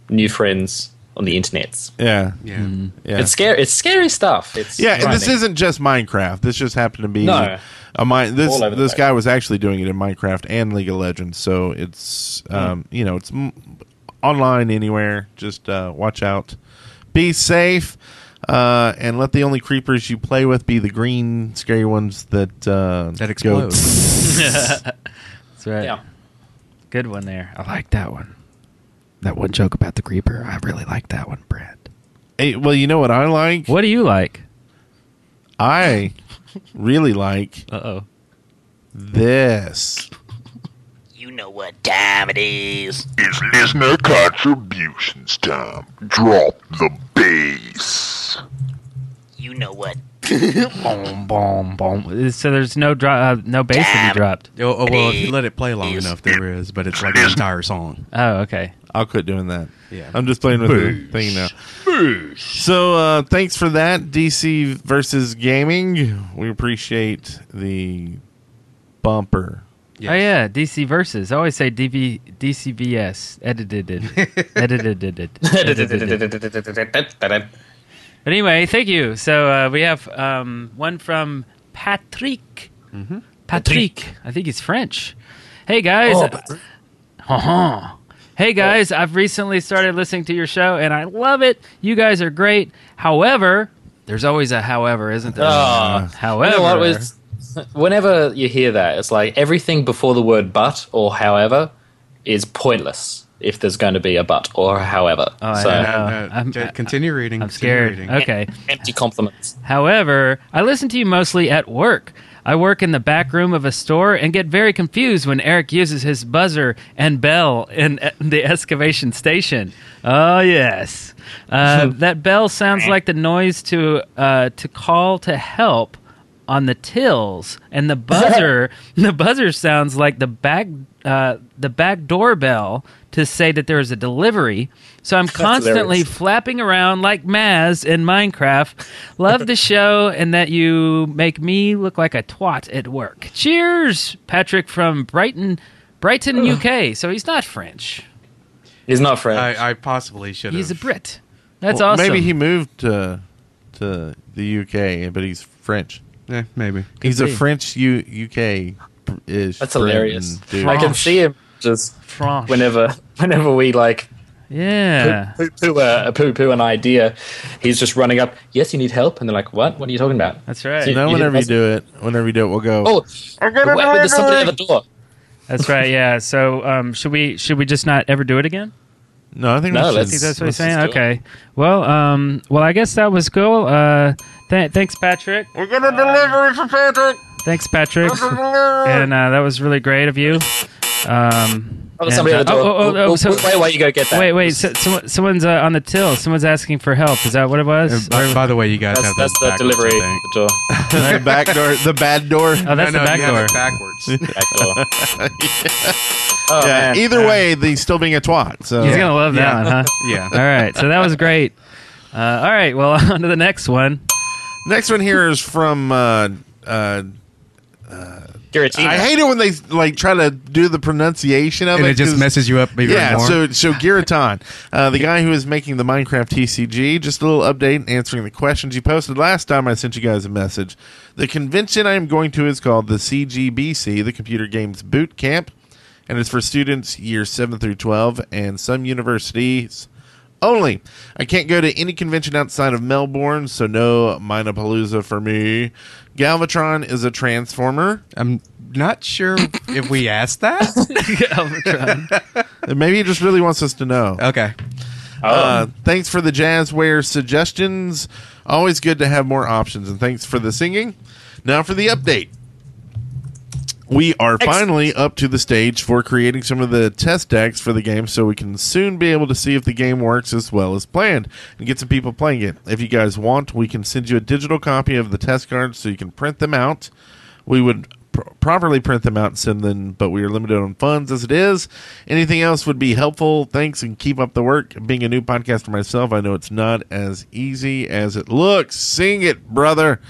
Speaker 4: new friends on the internet.
Speaker 1: Yeah,
Speaker 6: yeah.
Speaker 1: yeah,
Speaker 4: It's scary. It's scary stuff. It's
Speaker 1: yeah. And this
Speaker 4: frightening.
Speaker 1: isn't just Minecraft. This just happened to be
Speaker 4: No.
Speaker 1: a mine. This
Speaker 4: All over the
Speaker 1: this
Speaker 4: place.
Speaker 1: guy was actually doing it in Minecraft and League of Legends. So it's
Speaker 4: Hmm.
Speaker 1: um, you know it's m- online anywhere. Just uh, watch out. Be safe. Uh, and let the only creepers you play with be the green scary ones that uh,
Speaker 6: That
Speaker 1: go
Speaker 6: explode.
Speaker 5: That's right.
Speaker 4: Yeah.
Speaker 5: Good one there. I like that one.
Speaker 9: That one joke about the creeper, I really like that one, Brad.
Speaker 1: Hey, well, you know what I like?
Speaker 5: What do you like?
Speaker 1: I really like
Speaker 5: Uh oh.
Speaker 1: this.
Speaker 10: You know what time it is.
Speaker 11: It's listener contributions time. Drop the bass.
Speaker 10: You know what
Speaker 5: boom, boom, boom. So there's no dro- uh, no bass to be dropped.
Speaker 6: Oh, oh, well, if you let it play long enough, there is, but it's like an entire song.
Speaker 5: Oh, okay.
Speaker 8: I'll quit doing that.
Speaker 6: Yeah.
Speaker 8: I'm just playing with the thing now. So uh, thanks for that, DC versus gaming. We appreciate the bumper.
Speaker 5: Oh yeah, DC versus. I always say DV, DCVS edited it, edited it, edited it. But anyway, thank you. So uh, we have um, one from Patrick. Patrick. I think he's French. Hey guys.
Speaker 2: Oh,
Speaker 5: Uh-huh. Hey guys, I've recently started listening to your show and I love it. You guys are great. However, there's always a however, isn't there?
Speaker 4: Ah.
Speaker 5: however,
Speaker 4: You know what, it's- whenever you hear that, it's like everything before the word but or however is pointless if there's going to be a but or a however.
Speaker 5: Oh, I
Speaker 4: so,
Speaker 5: know.
Speaker 6: No, no, j- Uh, continue reading.
Speaker 5: I'm scared. Uh,
Speaker 6: Reading.
Speaker 5: Okay.
Speaker 4: empty compliments.
Speaker 5: However, I listen to you mostly at work. I work in the back room of a store and get very confused when Eric uses his buzzer and bell in e- the excavation station. Oh yes, uh, that bell sounds like the noise to uh, to call to help on the tills, and the buzzer the buzzer sounds like the back uh, the back doorbell to say that there is a delivery. So I'm constantly
Speaker 4: hilarious.
Speaker 5: flapping around like Maz in Minecraft. Love the show and that you make me look like a twat at work. Cheers, Patrick from Brighton, Brighton, UK. So he's not French.
Speaker 4: He's not French.
Speaker 6: I, I possibly should have.
Speaker 5: He's a Brit. That's
Speaker 8: Well,
Speaker 5: awesome.
Speaker 8: Maybe he moved to to the UK, but he's French.
Speaker 6: Eh, maybe.
Speaker 8: he's a
Speaker 5: be.
Speaker 8: French U- UK ish.
Speaker 4: That's hilarious.
Speaker 8: Dude.
Speaker 4: I can see him just
Speaker 5: French.
Speaker 4: whenever whenever we like
Speaker 5: yeah.
Speaker 4: poo poo a poo poo an idea, he's just running up. Yes, you need help, and they're like, "What? What are you talking about?"
Speaker 5: That's
Speaker 4: You-
Speaker 5: right.
Speaker 8: Now,
Speaker 4: you
Speaker 8: whenever you
Speaker 4: didn't-
Speaker 8: do it, whenever you do it, we'll go.
Speaker 4: Oh, wait, wait, there's somebody at the door.
Speaker 5: Mm. That's right. Yeah. So um, should we should we just not ever do it again?
Speaker 8: no, I think
Speaker 4: No,
Speaker 8: we should-
Speaker 4: let's-
Speaker 5: See, that's what
Speaker 4: just
Speaker 5: he's saying.
Speaker 4: do it.
Speaker 5: Okay. Well, um, well, I guess that was cool. Uh, th- thanks, Patrick. We're gonna deliver for Patrick. Thanks, Patrick. and uh, that was really great of you. Um,
Speaker 4: Oh,
Speaker 5: and,
Speaker 4: there's somebody
Speaker 5: uh,
Speaker 4: at the door.
Speaker 5: Oh, oh, oh,
Speaker 4: We'll-
Speaker 5: so-
Speaker 4: we'll- wait, wait, you go get that.
Speaker 5: wait, wait. So, so, someone's uh, on the till. Someone's asking for help. Is that what it was?
Speaker 6: Uh, By, by the way, you guys
Speaker 4: That's,
Speaker 6: have
Speaker 4: that's
Speaker 6: that
Speaker 4: the
Speaker 6: backwards, I
Speaker 4: delivery
Speaker 6: think.
Speaker 4: the door.
Speaker 8: the back door, the bad door.
Speaker 5: oh, that's the
Speaker 6: no, no,
Speaker 5: back
Speaker 6: you have
Speaker 5: door.
Speaker 6: it backwards.
Speaker 4: Back door. Oh,
Speaker 8: yeah.
Speaker 4: man.
Speaker 8: Either way, he's still being a twat. So
Speaker 5: He's gonna love that
Speaker 6: Yeah.
Speaker 5: one, huh?
Speaker 6: yeah.
Speaker 5: All right. So that was great. Uh, all right. Well, on to the next one.
Speaker 8: next one here is from. Uh, uh,
Speaker 4: Giratina.
Speaker 8: I hate it when they like try to do the pronunciation of
Speaker 6: And
Speaker 8: it.
Speaker 6: it just
Speaker 8: 'cause-
Speaker 6: messes you up even
Speaker 8: yeah,
Speaker 6: more.
Speaker 8: so so Giraton, uh, the guy who is making the Minecraft TCG, just a little update and answering the questions you posted last time. I sent you guys a message. The convention I am going to is called the CGBC, the Computer Games Boot Camp, and it's for students year seven through twelve and some universities only. I can't go to any convention outside of Melbourne, so no Minapalooza for me. Galvatron is a transformer.
Speaker 6: I'm not sure if we asked that.
Speaker 8: Maybe he just really wants us to know.
Speaker 6: okay.
Speaker 8: Uh, thanks for the jazzware suggestions. Always good to have more options. And thanks for the singing. Now for the update. We are finally up to the stage for creating some of the test decks for the game so we can soon be able to see if the game works as well as planned and get some people playing it. If you guys want, we can send you a digital copy of the test cards so you can print them out. We would pr- properly print them out and send them, but we are limited on funds as it is. Anything else would be helpful. Thanks and keep up the work. Being a new podcaster myself, I know it's not as easy as it looks. Sing it, brother.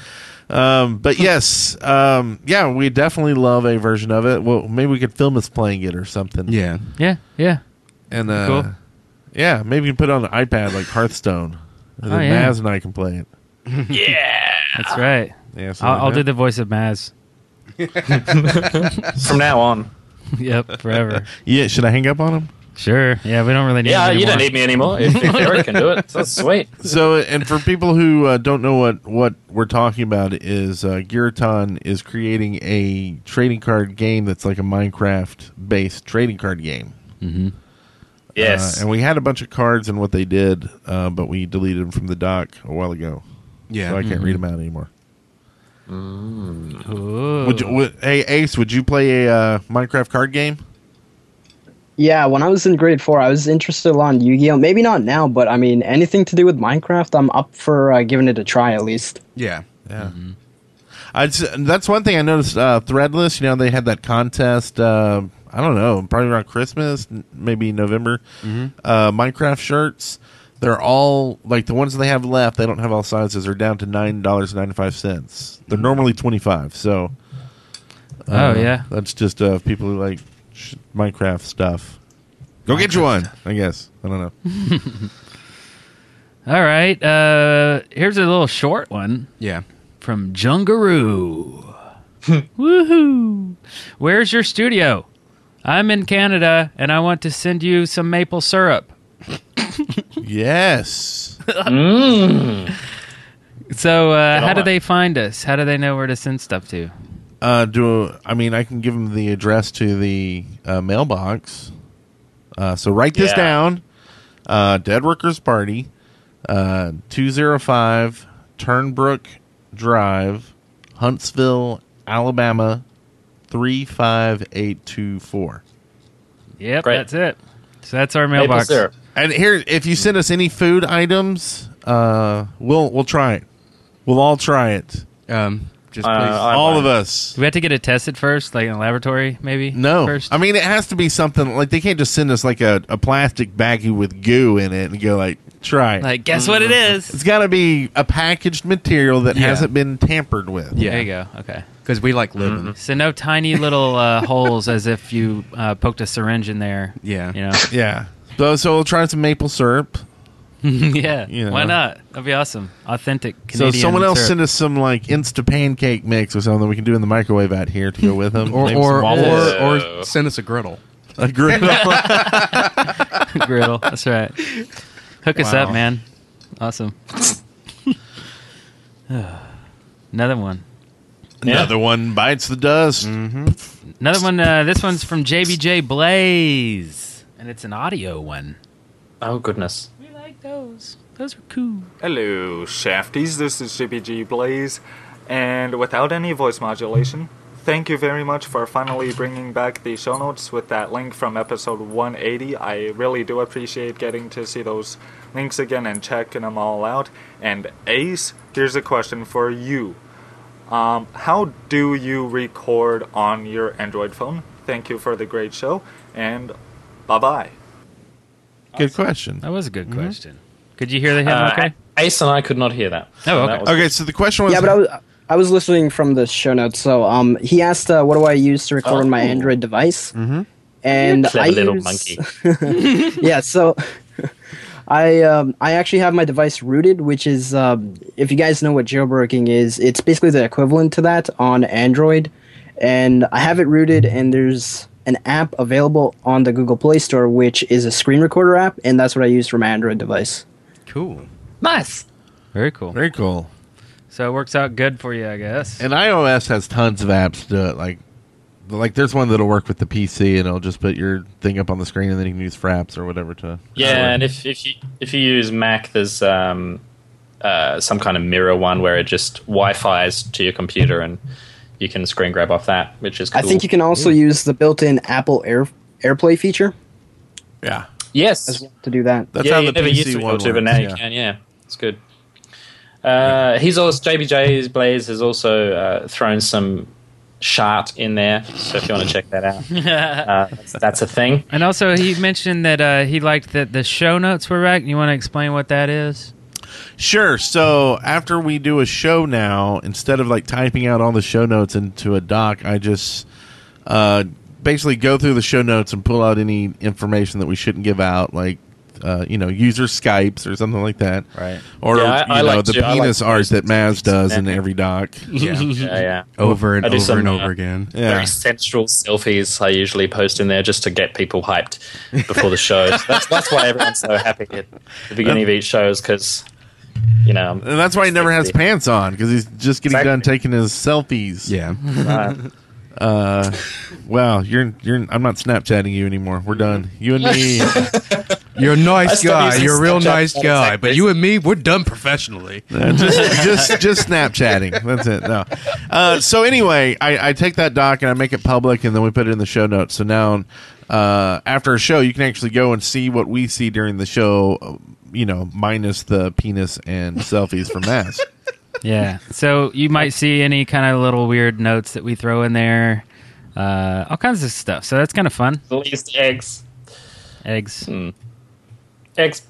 Speaker 8: Um, but yes, um, yeah, we definitely love a version of it. Well, maybe we could film us playing it or something.
Speaker 6: Yeah.
Speaker 5: Yeah. Yeah.
Speaker 8: and uh,
Speaker 5: Cool.
Speaker 8: yeah, maybe you can put it on an iPad like Hearthstone, and
Speaker 5: Oh,
Speaker 8: then
Speaker 5: yeah.
Speaker 8: Maz and I can play it.
Speaker 5: That's right.
Speaker 8: Yeah, so
Speaker 5: I'll, I'll do the voice of Maz.
Speaker 4: From now on.
Speaker 5: Yep. Forever.
Speaker 8: Yeah, should I hang up on him?
Speaker 5: Sure. Yeah, we don't really need.
Speaker 4: Yeah,
Speaker 5: it
Speaker 4: you don't
Speaker 5: anymore.
Speaker 4: need me anymore. If, if Eric can do it, that's sweet.
Speaker 8: So, and for people who uh, don't know what what we're talking about is uh, Giraton is creating a trading card game that's like a Minecraft based trading card game.
Speaker 4: Yes.
Speaker 8: Uh, and we had a bunch of cards and what they did, uh, but we deleted them from the doc a while ago.
Speaker 6: Yeah.
Speaker 8: so I can't read them out anymore.
Speaker 5: Ooh.
Speaker 8: Mm. Would you, would, hey Ace, would you play a uh, Minecraft card game?
Speaker 7: Yeah, when I was in grade four, I was interested a lot in Yu-Gi-Oh. Maybe not now, but I mean, anything to do with Minecraft, I'm up for uh, giving it a try at least.
Speaker 6: Yeah, yeah.
Speaker 8: I just, that's one thing I noticed. Uh, Threadless, you know, they had that contest. Uh, I don't know, probably around Christmas, n- maybe November. Uh, Minecraft shirts. They're all like the ones they have left. They don't have all sizes. Are down to nine dollars ninety five cents. They're normally twenty five. So,
Speaker 5: Oh, yeah.
Speaker 8: that's just uh, people who like sh- Minecraft stuff. Go get you one. I guess I don't know.
Speaker 5: All right. Uh, here's a little short one.
Speaker 6: Yeah.
Speaker 5: From Jungaroo. Woohoo. Where's your studio? I'm in Canada and I want to send you some maple syrup.
Speaker 8: yes.
Speaker 5: So, uh,
Speaker 8: Get
Speaker 5: how
Speaker 8: on
Speaker 5: do
Speaker 8: it.
Speaker 5: they find us? How do they know where to send stuff to?
Speaker 8: Uh, do I mean I can give them the address to the uh, mailbox? Uh, so write this
Speaker 5: Yeah.
Speaker 8: down. Uh, Dead Workers Party, uh, two zero five Turnbrook Drive, Huntsville, Alabama, three five eight two four.
Speaker 5: Yep,
Speaker 8: Great.
Speaker 5: that's it. So that's our mailbox.
Speaker 8: And here, if you send us any food items, uh, we'll we'll try it. We'll all try it.
Speaker 6: Um,
Speaker 5: just Uh, please. I
Speaker 8: all
Speaker 5: want
Speaker 8: of
Speaker 5: it.
Speaker 8: us.
Speaker 5: Do we have to get it tested first, like in a laboratory, maybe?
Speaker 8: No,
Speaker 5: First?
Speaker 8: I mean it has to be something like they can't just send us like a, a plastic baggie with goo in it and go like try. it."
Speaker 5: Like, guess what it is?
Speaker 8: It's got to be a packaged material that
Speaker 5: Yeah.
Speaker 8: hasn't been tampered with.
Speaker 5: There you go. Okay.
Speaker 6: Because we like living.
Speaker 5: So no tiny little uh, holes as if you uh, poked a syringe in there.
Speaker 6: Yeah.
Speaker 5: You know.
Speaker 8: Yeah. So so we'll try some maple syrup.
Speaker 5: yeah.
Speaker 8: You
Speaker 5: Why
Speaker 8: know.
Speaker 5: not? That'd be awesome. Authentic Canadian.
Speaker 8: so someone else
Speaker 5: syrup.
Speaker 8: send us some like Insta pancake mix or something we can do in the microwave out here to go with them,
Speaker 6: Or
Speaker 8: Maybe
Speaker 6: or,
Speaker 8: some waffles.
Speaker 6: or or send us a griddle.
Speaker 8: a griddle.
Speaker 5: griddle. That's right. Hook us up,
Speaker 6: Wow.
Speaker 5: man. Awesome. Another one.
Speaker 8: Another one bites the dust.
Speaker 5: Another one. Uh, this one's from JBJ Blaze, and it's an audio one.
Speaker 4: Oh goodness.
Speaker 5: We like those. Those are cool.
Speaker 12: Hello, Shafties. This is JPG Blaze, and without any voice modulation, thank you very much for finally bringing back the show notes with that link from episode 180. I really do appreciate getting to see those links again and checking them all out. And Ace, here's a question for you. Um, how do you record on your Android phone? Thank you for the great show, and bye bye.
Speaker 8: Good question.
Speaker 5: That was a good question. Could you hear the hymn?
Speaker 4: Uh,
Speaker 5: okay.
Speaker 4: Ace and I could not hear that.
Speaker 5: Oh,
Speaker 4: okay.
Speaker 8: Okay, so the question
Speaker 7: yeah, but I was, I was listening from the show notes. So um, he asked, uh, "What do I use to record on my
Speaker 4: Oh.
Speaker 7: Android device?"
Speaker 8: Mm-hmm.
Speaker 7: And
Speaker 4: Clever
Speaker 7: I
Speaker 4: little
Speaker 7: use-
Speaker 4: monkey.
Speaker 7: yeah, so I um, I actually have my device rooted, which is um, if you guys know what jailbreaking is, it's basically the equivalent to that on Android, and I have it rooted, and there's an app available on the Google Play Store, which is a screen recorder app, and that's what I use for my Android device.
Speaker 6: Cool.
Speaker 5: Nice. Very cool.
Speaker 8: Very cool.
Speaker 5: So it works out good for you, I guess.
Speaker 8: And iOS has tons of apps to do it. Like, like there's one that'll work with the PC, and it'll just put your thing up on the screen, and then you can use for apps or whatever to.
Speaker 4: Yeah, and if, if you if you use Mac, there's um, uh, some kind of mirror one where it just Wi-Fi's to your computer and you can screen grab off that, which is. Cool.
Speaker 7: I think you can also use the built-in Apple Air AirPlay feature
Speaker 8: Yeah.
Speaker 4: Yes.
Speaker 7: as well to do that.
Speaker 8: That's
Speaker 4: yeah,
Speaker 8: how
Speaker 4: you
Speaker 8: the
Speaker 4: never
Speaker 8: PC
Speaker 4: used to be
Speaker 8: one
Speaker 4: able to, but
Speaker 8: works,
Speaker 4: now
Speaker 8: yeah.
Speaker 4: you can. Yeah, it's good. Uh, he's also JBJ's Blaze has also uh, thrown some shart in there, so if you want to check that out, uh, that's, that's a thing.
Speaker 5: And also, he mentioned that uh, he liked that the show notes were right. You want to explain what that is?
Speaker 8: Sure. So after we do a show now, instead of like typing out all the show notes into a doc, I just uh, basically go through the show notes and pull out any information that we shouldn't give out, like uh, you know, user Skypes or something like that.
Speaker 5: Right.
Speaker 8: Or
Speaker 4: Yeah, I-
Speaker 8: you
Speaker 4: I
Speaker 8: know,
Speaker 4: like
Speaker 8: the
Speaker 4: to- I like
Speaker 8: penis
Speaker 4: to
Speaker 8: art
Speaker 4: use
Speaker 8: that Maz does in every doc.
Speaker 6: Yeah.
Speaker 4: Yeah, Uh, yeah.
Speaker 6: Over and
Speaker 4: I do
Speaker 6: over
Speaker 4: some,
Speaker 6: and
Speaker 4: uh,
Speaker 6: over again.
Speaker 4: Very sensual selfies I usually post in there just to get people hyped before the show. So that's, that's why everyone's so happy at the beginning of each show is because, you know,
Speaker 8: And that's why he never has pants on because he's just getting done taking his selfies.
Speaker 6: Yeah.
Speaker 8: Uh, wow, you're you're. I'm not Snapchatting you anymore. We're done.
Speaker 6: Mm-hmm.
Speaker 8: You and me.
Speaker 6: You're a
Speaker 8: I
Speaker 6: nice
Speaker 8: still
Speaker 6: guy.
Speaker 8: use
Speaker 6: You're a real
Speaker 8: Snapchat
Speaker 6: nice
Speaker 8: for
Speaker 6: guy.
Speaker 8: text
Speaker 6: But you and me, we're done professionally.
Speaker 8: Uh, just just just Snapchatting. That's it. No. Uh, so anyway, I, I take that doc and I make it public, and then we put it in the show notes. So now uh, after a show, you can actually go and see what we see during the show, uh, you know, minus the penis and selfies from Mass.
Speaker 5: Yeah. So you might see any kind of little weird notes that we throw in there, uh, all kinds of stuff. So that's kind of fun.
Speaker 4: At least eggs.
Speaker 5: Eggs.
Speaker 4: Eggs.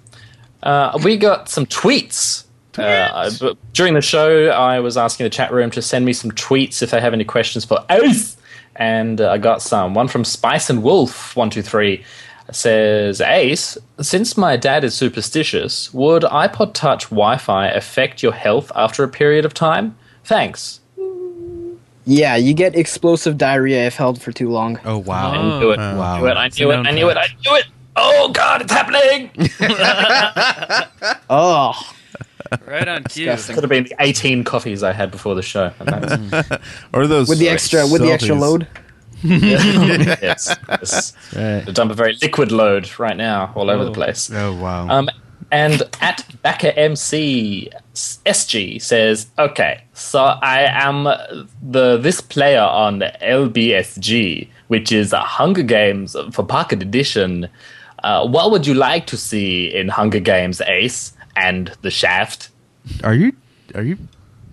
Speaker 4: Uh, we got some tweets. Uh, I- but during the show, I was asking the chat room to send me some tweets if they have any questions for Oath, and uh, I got some. One from Spice and Wolf one two three says Ace, since my dad is superstitious, would iPod Touch Wi-Fi affect your health after a period of time? Thanks.
Speaker 7: Yeah, you get explosive diarrhea if held for too long.
Speaker 6: Oh wow!
Speaker 4: I knew it. I knew it. I knew it. I knew it. I knew it. Oh god, it's happening!
Speaker 7: oh.
Speaker 5: Right on cue.
Speaker 4: Could have been the 18 coffees I had before the show. And that's-
Speaker 8: or those
Speaker 7: With the extra- with the extra selfies. load?
Speaker 4: Yeah. yes. yes. To dump a very liquid load right now all over the place.
Speaker 6: Oh wow!
Speaker 4: Um, and at Backer MC SG says, "Okay, so I am the this player on LBSG, which is a Hunger Games for Pocket Edition. Uh, what would you like to see in Hunger Games Ace and the Shaft?"
Speaker 6: Are you? Are you?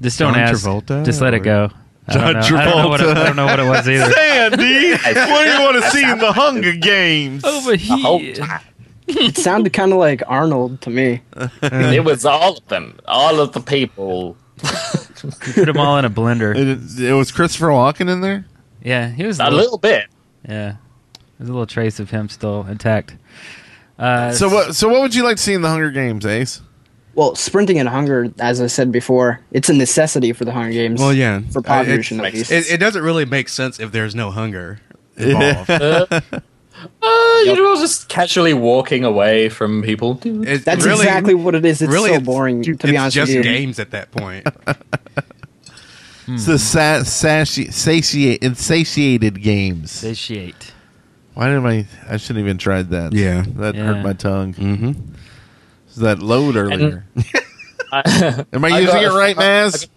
Speaker 5: Just don't
Speaker 6: John
Speaker 5: ask.
Speaker 6: Travolta
Speaker 5: Just let it
Speaker 6: or-
Speaker 5: go. I don't, know.
Speaker 6: John
Speaker 5: I don't know what it, I don't know what it was either.
Speaker 8: Sandy, what do you want to see in the Hunger Games?
Speaker 6: Oh.
Speaker 5: Over
Speaker 4: Oh,
Speaker 5: here.
Speaker 7: It sounded kind of like Arnold to me.
Speaker 4: it was all of them, all of the people.
Speaker 5: Put them all in a blender.
Speaker 8: It, it was Christopher Walken in there.
Speaker 5: Yeah, he was
Speaker 4: A little bit.
Speaker 5: Yeah, there's a little trace of him still intact. Uh,
Speaker 8: So what? So what would you like to see in the Hunger Games, Ace?
Speaker 7: Well, sprinting and hunger, as I said before, it's a necessity for the Hunger Games.
Speaker 6: Well, yeah.
Speaker 7: For
Speaker 6: Uh, it-
Speaker 7: population, at least.
Speaker 6: It, it doesn't really make sense if there's no hunger involved.
Speaker 4: Uh, uh, you know, just casually walking away from people.
Speaker 6: It-
Speaker 7: That's
Speaker 6: really-
Speaker 7: exactly what it is. It's
Speaker 6: really,
Speaker 7: so
Speaker 6: it's-
Speaker 7: boring, to be
Speaker 6: it's
Speaker 7: honest
Speaker 6: just
Speaker 7: with you.
Speaker 6: games at that point.
Speaker 8: It's the sa- sati- satiate, insatiated games.
Speaker 5: Satiate.
Speaker 8: Why did I? I shouldn't even tried that.
Speaker 6: Yeah.
Speaker 8: that
Speaker 5: Yeah.
Speaker 8: hurt my tongue. Mm-hmm. that load earlier. Am I
Speaker 4: I
Speaker 8: using
Speaker 4: got
Speaker 8: it
Speaker 4: a-
Speaker 8: right, Maz?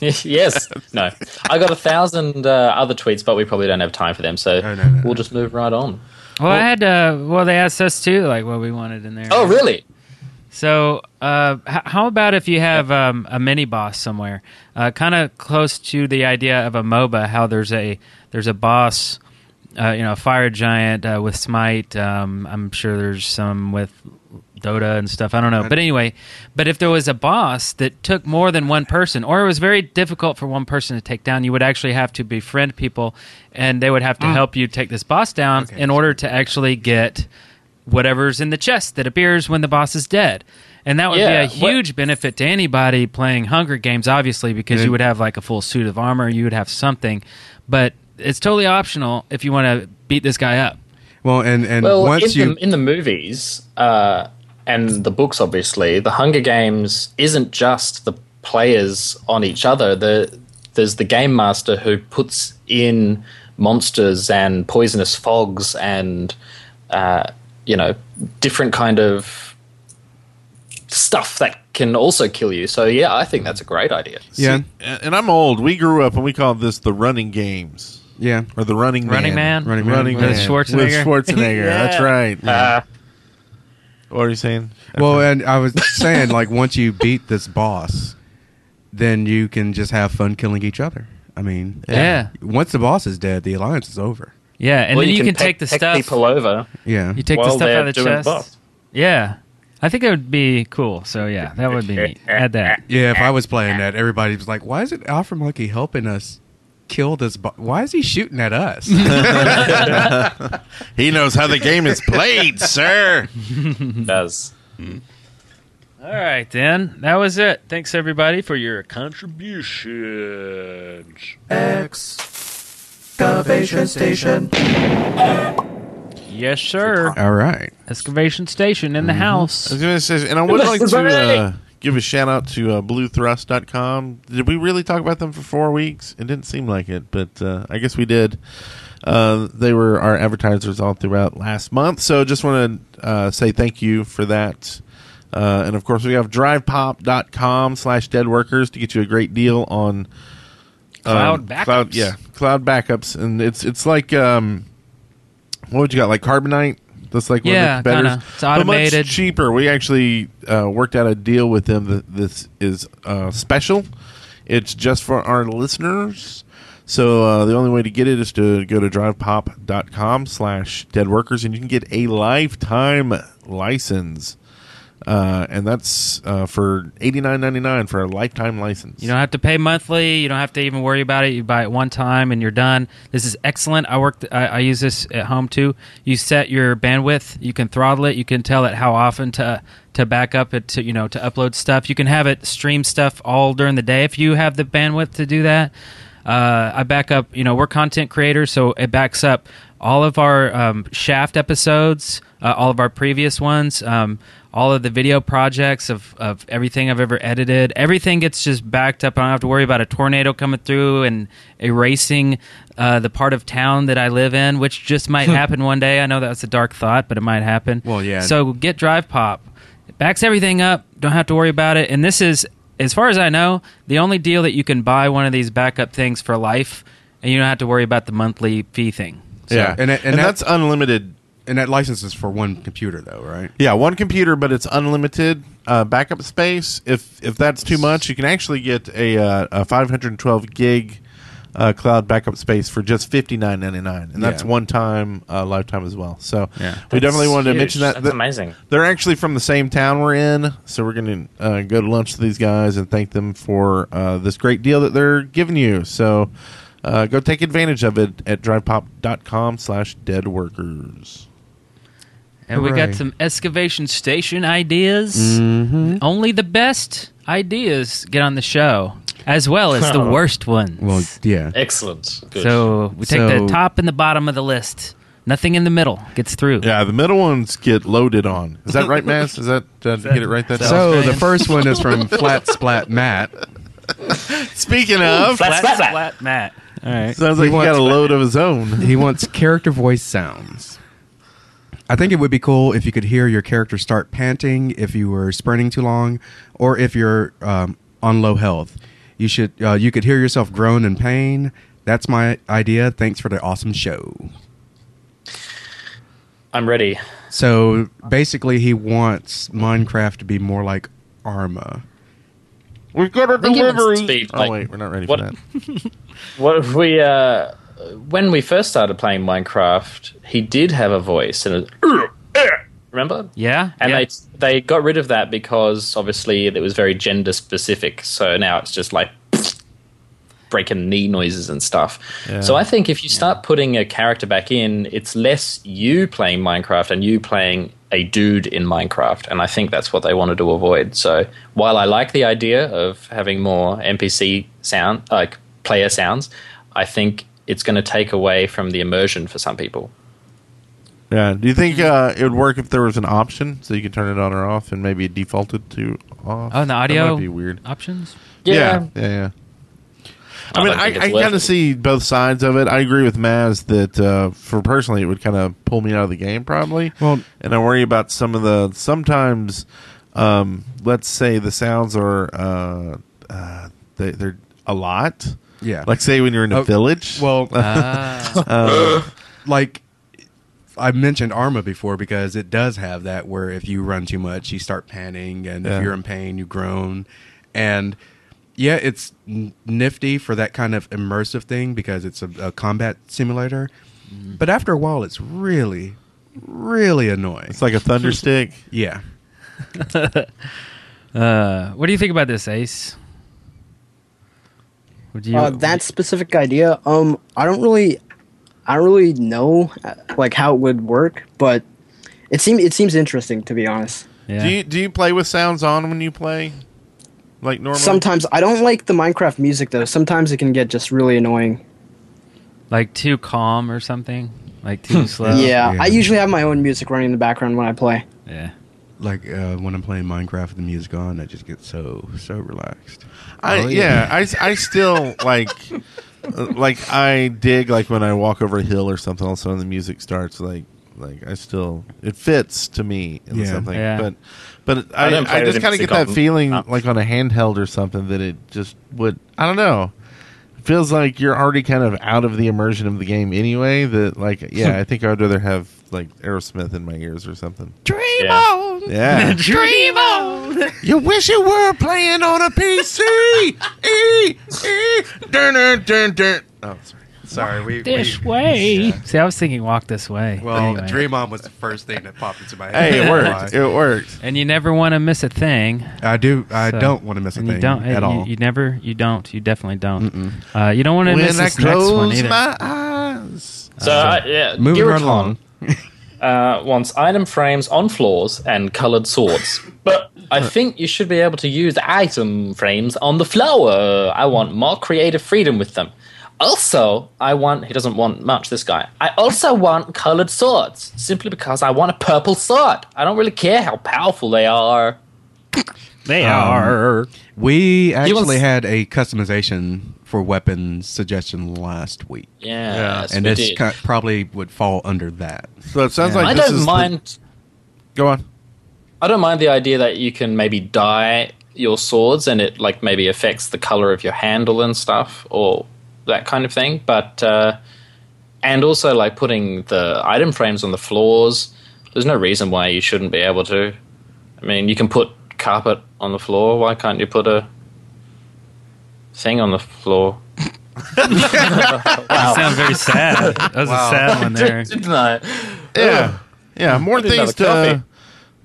Speaker 4: yes. No. I got a thousand uh, other tweets, but we probably don't have time for them, so we'll just move right on.
Speaker 5: Well, I had. Uh, well, they asked us too, like what we wanted in there.
Speaker 4: Oh, really?
Speaker 5: So, uh, h- how about if you have um, a mini boss somewhere, uh, kind of close to the idea of a MOBA? How there's a there's a boss, uh, you know, a fire giant uh, with smite. Um, I'm sure there's some with Dota and stuff. I don't know, but anyway, but if there was a boss that took more than one person, or it was very difficult for one person to take down, you would actually have to befriend people, and they would have to help you take this boss down in order to actually get whatever's in the chest that appears when the boss is dead. And that would
Speaker 4: Yeah,
Speaker 5: be a huge benefit to anybody playing Hunger Games, obviously, because you would have like a full suit of armor, you would have something, but it's totally optional if you want to beat this guy up.
Speaker 6: well, and and
Speaker 4: Well,
Speaker 6: once
Speaker 4: in,
Speaker 6: you
Speaker 4: the, in the movies uh, and the books, obviously, the Hunger Games isn't just the players on each other. The, there's the game master who puts in monsters and poisonous fogs and uh, you know different kind of stuff that can also kill you. So yeah, I think that's a great idea.
Speaker 6: yeah
Speaker 8: And and I'm old. We grew up and we called this the running games
Speaker 6: yeah
Speaker 8: or the running
Speaker 5: Running Man?
Speaker 6: Running Man.
Speaker 8: Running
Speaker 6: With
Speaker 8: man.
Speaker 5: Schwarzenegger?
Speaker 8: With Schwarzenegger.
Speaker 5: Yeah.
Speaker 8: That's right.
Speaker 4: Uh,
Speaker 8: What are you saying?
Speaker 6: Well, uh, and I was saying, like, once you beat this boss, then you can just have fun killing each other. I mean,
Speaker 5: Yeah.
Speaker 6: Once the boss is dead, the alliance is over.
Speaker 5: Yeah, and
Speaker 4: Or
Speaker 5: then you, can,
Speaker 4: pe-
Speaker 5: take the
Speaker 4: peck
Speaker 5: stuff.
Speaker 4: people over.
Speaker 6: Yeah.
Speaker 5: You take the
Speaker 4: while
Speaker 5: stuff
Speaker 4: they're
Speaker 5: out of the
Speaker 4: doing
Speaker 5: chest.
Speaker 4: both.
Speaker 5: Yeah. I think it would be cool. So yeah, that would be neat. Add that.
Speaker 6: yeah, if I was playing that, everybody was like, why is it Alpha Monkey helping us kill this boss? Why is he shooting at us?
Speaker 8: He knows how the game is played, sir.
Speaker 4: Does
Speaker 5: All right, then. That was it. Thanks everybody for your contributions.
Speaker 2: Excavation station.
Speaker 5: Yes, sir.
Speaker 6: All right.
Speaker 5: Excavation station in the
Speaker 8: I
Speaker 5: house.
Speaker 8: was gonna say, and I would like to uh, give a shout out to uh, BlueThrust.com. Did we really talk about them for four weeks? It didn't seem like it, but uh, I guess we did. Uh, they were our advertisers all throughout last month, so just want to uh, say thank you for that. Uh, and of course, we have drivepop.com slash deadworkers to get you a great deal on
Speaker 1: uh,
Speaker 5: Cloud backups.
Speaker 8: yeah, cloud backups, and it's it's like um, what would you got? Like carbonite? That's like one
Speaker 5: Yeah,
Speaker 8: of the
Speaker 5: kinda.
Speaker 8: competitors?
Speaker 5: It's
Speaker 8: But
Speaker 5: automated.
Speaker 8: much cheaper. We actually uh, worked out a deal with them that this is uh, special. It's just for our listeners. So uh, the only way to get it is to go to drivepop.com slash deadworkers, and you can get a lifetime license. Uh, and that's uh, for eighty nine ninety nine for a lifetime license.
Speaker 5: You don't have to pay monthly. You don't have to even worry about it. You buy it one time and you're done. This is excellent. I work. I, I use this at home too. You set your bandwidth. You can throttle it. You can tell it how often to to back up it to you know to upload stuff. You can have it stream stuff all during the day if you have the bandwidth to do that. Uh, I back up. You know, we're content creators, so it backs up all of our um, Shaft episodes, uh, all of our previous ones, um, all of the video projects of, of everything I've ever edited. Everything gets just backed up. I don't have to worry about a tornado coming through and erasing uh, the part of town that I live in, which just might happen one day. I know that's a dark thought, but it might happen. Well,
Speaker 6: yeah.
Speaker 5: So get Drive Pop. It backs everything up. Don't have to worry about it. And this is, as far as I know, the only deal that you can buy one of these backup things for life, and you don't have to worry about the monthly fee thing. So-
Speaker 8: yeah, and, and, that's unlimited.
Speaker 6: And that license is for one computer, though, right?
Speaker 8: Yeah, one computer, but it's unlimited uh, backup space. If if that's too much, you can actually get a, uh, a 512 gig uh, cloud backup space for just 59.99, and that's
Speaker 4: Yeah.
Speaker 8: one time uh, lifetime as well. So
Speaker 4: Yeah.
Speaker 8: we definitely
Speaker 4: That's
Speaker 8: wanted to
Speaker 4: huge.
Speaker 8: mention that.
Speaker 4: That's
Speaker 8: Th-
Speaker 4: amazing.
Speaker 8: They're actually from the same town we're in, so we're going to uh, go to lunch to these guys and thank them for uh, this great deal that they're giving you. So. Uh, go take advantage of it at drivepop.com slash dead workers.
Speaker 5: And we
Speaker 8: Hooray.
Speaker 5: got some excavation station ideas.
Speaker 8: Mm-hmm.
Speaker 5: Only the best ideas get on the show, as well as the worst ones.
Speaker 6: Well, yeah.
Speaker 4: Excellent. Good.
Speaker 5: So we take
Speaker 8: So-
Speaker 5: the top and the bottom of the list. Nothing in the middle gets through.
Speaker 8: Yeah, the middle ones get loaded on. Is that right, Mass? Is that did I get it right? That
Speaker 6: So the first one is from Flat Splat Matt.
Speaker 8: Speaking of
Speaker 5: Flat, flat, flat, Matt. All right.
Speaker 8: sounds like he,
Speaker 6: wants-
Speaker 8: got a load of his own.
Speaker 6: He wants character voice sounds. I think it would be cool if you could hear your character start panting if you were sprinting too long, or if you're um, on low health. You should uh, you could hear yourself groan in pain. That's my idea. Thanks for the awesome show.
Speaker 4: I'm ready.
Speaker 6: So basically, he wants Minecraft to be more like Arma.
Speaker 8: We've got our
Speaker 4: Think it was
Speaker 8: delivery.
Speaker 4: speed,
Speaker 8: oh
Speaker 4: like-
Speaker 8: wait, we're not ready
Speaker 4: What-
Speaker 8: for that.
Speaker 4: What we uh, when we first started playing Minecraft, he did have a voice and a, remember?
Speaker 5: Yeah.
Speaker 4: And
Speaker 5: yeah.
Speaker 4: they they got rid of that because obviously it was very gender specific. So now it's just like breaking knee noises and stuff.
Speaker 2: Yeah.
Speaker 4: So I think if you start putting a character back in, it's less you playing Minecraft and you playing a dude in Minecraft. And I think that's what they wanted to avoid. So while I like the idea of having more NPC sound, like player sounds, I think it's going to take away from the immersion for some people.
Speaker 8: Yeah. Do you think uh, it would work if there was an option so you could turn it on or off, and maybe it defaulted to off?
Speaker 5: oh, and the
Speaker 8: That
Speaker 5: audio
Speaker 8: might be weird.
Speaker 5: options.
Speaker 8: Yeah. Yeah. yeah. I, mean,
Speaker 4: don't think
Speaker 8: I,
Speaker 4: it's
Speaker 8: I
Speaker 4: worth
Speaker 8: kind
Speaker 4: it.
Speaker 8: of see both sides of it. I agree with Maz that, uh, for personally, it would kind of pull me out of the game probably. Well, and I worry about some of the sometimes, um, let's say the sounds are uh, uh, they, they're a lot.
Speaker 6: Yeah.
Speaker 8: like say when you're in a
Speaker 6: Oh,
Speaker 8: village.
Speaker 6: Well,
Speaker 5: Uh,
Speaker 8: Um,
Speaker 6: like I mentioned Arma before because it does have that where if you run too much, you start panting, and
Speaker 8: Yeah.
Speaker 6: if you're in pain, you groan. And yeah, it's n- nifty for that kind of immersive thing because it's a, a combat simulator. But after a while, it's really, really annoying.
Speaker 8: it's like a thunder stick.
Speaker 6: yeah.
Speaker 5: Uh, what do you think about this, Ace? Would you,
Speaker 7: uh, that specific idea, um, I don't really, I don't really know uh, like how it would work, but it seems it seems interesting to be honest.
Speaker 5: yeah.
Speaker 8: Do you do you play with sounds on when you play? Like normally.
Speaker 7: Sometimes I don't like the Minecraft music though. Sometimes it can get just really annoying.
Speaker 5: like too calm or something? Like too slow?
Speaker 7: yeah, I
Speaker 6: Oh, yeah.
Speaker 7: usually have my own music running in the background when I play.
Speaker 5: Yeah.
Speaker 6: Like uh, when I'm playing Minecraft with the music on, I just get so, so relaxed.
Speaker 8: I
Speaker 6: Oh,
Speaker 8: yeah. I I still like uh, like I dig like when I walk over a hill or something. Also, and the music starts like like I still it fits to me and
Speaker 6: Yeah.
Speaker 8: something.
Speaker 5: Yeah.
Speaker 8: But but
Speaker 4: I
Speaker 8: I
Speaker 4: don't play
Speaker 8: I,
Speaker 4: with
Speaker 8: just
Speaker 4: the
Speaker 8: kind of
Speaker 4: music
Speaker 8: get that
Speaker 4: on-
Speaker 8: feeling
Speaker 4: uh,
Speaker 8: like on a handheld or something that it just would I don't know. I feels like you're already kind of out of the immersion of the game anyway. That like, yeah, I think I'd rather have like Aerosmith in my ears or something.
Speaker 2: Dream
Speaker 8: Yeah.
Speaker 2: on!
Speaker 8: Yeah.
Speaker 2: Dream on!
Speaker 8: You wish you were playing on a PC. e, e, dun, dun, dun, dun. Oh, sorry.
Speaker 6: Sorry, we.
Speaker 5: This way. See, I was thinking walk this way.
Speaker 6: Well,
Speaker 5: Anyway.
Speaker 6: Dream On was the first thing that popped into my head.
Speaker 8: Hey, it worked. It worked.
Speaker 5: And you never want to miss a thing.
Speaker 6: I do. I don't wanna miss a
Speaker 5: and
Speaker 6: thing
Speaker 5: you don't,
Speaker 6: at
Speaker 5: you,
Speaker 6: all.
Speaker 5: You never. You don't. You definitely don't. Uh, you don't want to
Speaker 8: When
Speaker 5: miss
Speaker 8: I
Speaker 5: this next one
Speaker 8: close
Speaker 5: either.
Speaker 8: my
Speaker 6: Uh,
Speaker 8: eyes.
Speaker 4: So, I- yeah,
Speaker 6: moving right
Speaker 4: Giraton,
Speaker 6: along.
Speaker 4: uh, wants item frames on floors and colored swords. but I think you should be able to use item frames on the floor. I want more creative freedom with them. Also, I want, he doesn't want much, this guy. I also want colored swords, simply because I want a purple sword. I don't really care how powerful they are.
Speaker 5: They
Speaker 6: Um, We
Speaker 4: You want
Speaker 6: actually
Speaker 4: s-
Speaker 6: had a customization for weapons suggestion last week.
Speaker 4: Yes,
Speaker 6: and
Speaker 4: we
Speaker 6: this
Speaker 4: did.
Speaker 6: ki- probably would fall under that.
Speaker 8: So it sounds
Speaker 6: Yeah.
Speaker 8: like
Speaker 4: I
Speaker 8: this
Speaker 4: don't
Speaker 8: is the-
Speaker 4: mind
Speaker 8: go on.
Speaker 4: I don't mind the idea that you can maybe dye your swords and it like maybe affects the color of your handle and stuff or that kind of thing. But uh, and also like putting the item frames on the floors. There's no reason why you shouldn't be able to. I mean, you can put carpet on the floor. Why can't you put a thing on the floor?
Speaker 5: You sound very sad. That was a sad one there.
Speaker 4: Didn't I?
Speaker 8: Yeah. Yeah. More
Speaker 4: Didn't have
Speaker 8: things
Speaker 4: a
Speaker 8: to
Speaker 4: coffee.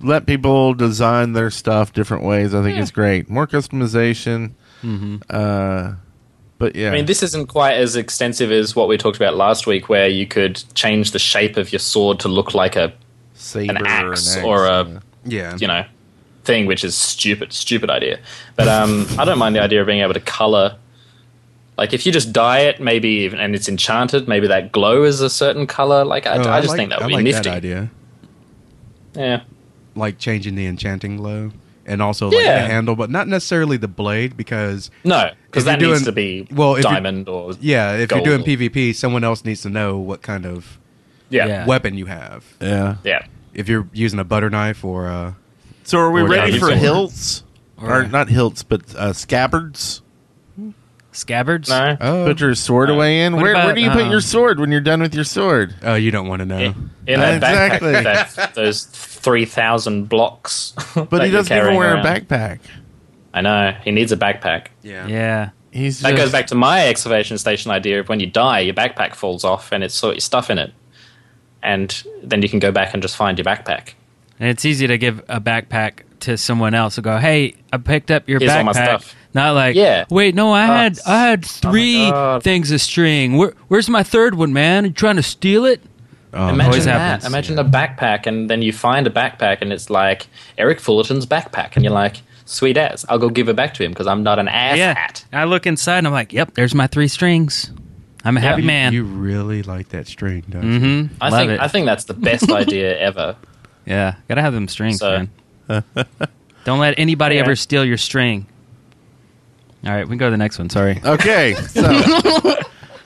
Speaker 8: let people design their stuff different ways. I think is great. More customization. Uh, but yeah.
Speaker 4: I mean, this isn't quite as extensive as what we talked about last week, where you could change the shape of your sword to look like a
Speaker 8: Saber
Speaker 4: an
Speaker 8: or
Speaker 4: axe
Speaker 8: an
Speaker 4: or
Speaker 8: axe,
Speaker 4: a
Speaker 6: Yeah.
Speaker 4: you know thing, which is stupid, stupid idea. But um, I don't mind the idea of being able to color. Like if you just dye it, maybe even, and it's enchanted, maybe that glow is a certain color. Like I,
Speaker 6: Oh,
Speaker 4: I just
Speaker 6: like-
Speaker 4: think that
Speaker 6: I
Speaker 4: would be
Speaker 6: like
Speaker 4: nifty.
Speaker 6: That idea.
Speaker 4: Yeah.
Speaker 6: Like changing the enchanting glow and also like
Speaker 4: Yeah.
Speaker 6: the handle, but not necessarily the blade because
Speaker 4: No, because
Speaker 6: if you're
Speaker 4: that needs
Speaker 6: doing-
Speaker 4: to be
Speaker 6: well, if you're-
Speaker 4: diamond or
Speaker 6: yeah, if
Speaker 4: gold
Speaker 6: you're doing
Speaker 4: or-
Speaker 6: PvP, someone else needs to know what kind of
Speaker 4: yeah,
Speaker 6: weapon you have.
Speaker 8: yeah.
Speaker 4: yeah.
Speaker 6: If you're using a butter knife or a
Speaker 8: So are we
Speaker 6: Or
Speaker 8: ready
Speaker 6: diamond
Speaker 8: for
Speaker 6: sword.
Speaker 8: hilts? Or,
Speaker 6: Or-
Speaker 8: not hilts, but uh, scabbards.
Speaker 5: Scabbards.
Speaker 4: No.
Speaker 6: Uh,
Speaker 8: put your sword away in.
Speaker 5: What
Speaker 8: Where, where
Speaker 5: about,
Speaker 8: do you put
Speaker 5: um,
Speaker 8: your sword when you're done with your sword?
Speaker 6: oh, you don't want to know.
Speaker 4: In
Speaker 6: uh,
Speaker 4: that
Speaker 8: Exactly.
Speaker 4: backpack, that, those three thousand blocks.
Speaker 8: But he doesn't even wear a backpack.
Speaker 4: I know he needs a backpack.
Speaker 5: Yeah.
Speaker 8: He's
Speaker 4: That
Speaker 8: just,
Speaker 4: goes back to my excavation station idea of when you die, your backpack falls off and it's sort your stuff in it, and then you can go back and just find your backpack.
Speaker 5: And it's easy to give a backpack to someone else and go, "Hey, I picked up your
Speaker 4: Here's all
Speaker 5: backpack."
Speaker 4: my stuff.
Speaker 5: Not like,
Speaker 4: Yeah.
Speaker 5: Wait, no, I
Speaker 4: Oh,
Speaker 5: had I had three
Speaker 4: God.
Speaker 5: things of string. Where, where's my third one, man? You trying to steal it?
Speaker 4: Imagine
Speaker 5: Oh. always
Speaker 4: that.
Speaker 5: happens.
Speaker 4: Imagine a backpack, and then you find a backpack, and it's like Eric Fullerton's backpack, and you're like, "Sweet ass, I'll go give it back to him because I'm not an ass
Speaker 5: yeah.
Speaker 4: hat."
Speaker 5: I look inside and I'm like, "Yep, there's my three strings. I'm a happy
Speaker 6: You-
Speaker 5: man."
Speaker 6: You really like that string, don't you?
Speaker 5: mm-hmm.
Speaker 4: I
Speaker 5: Love
Speaker 4: think
Speaker 5: it.
Speaker 4: I think that's the best idea ever.
Speaker 5: yeah, gotta have them strings,
Speaker 4: So-
Speaker 5: man. Don't let anybody
Speaker 4: Yeah.
Speaker 5: ever steal your string. All right, we can go to the next one. Sorry,
Speaker 8: okay. So,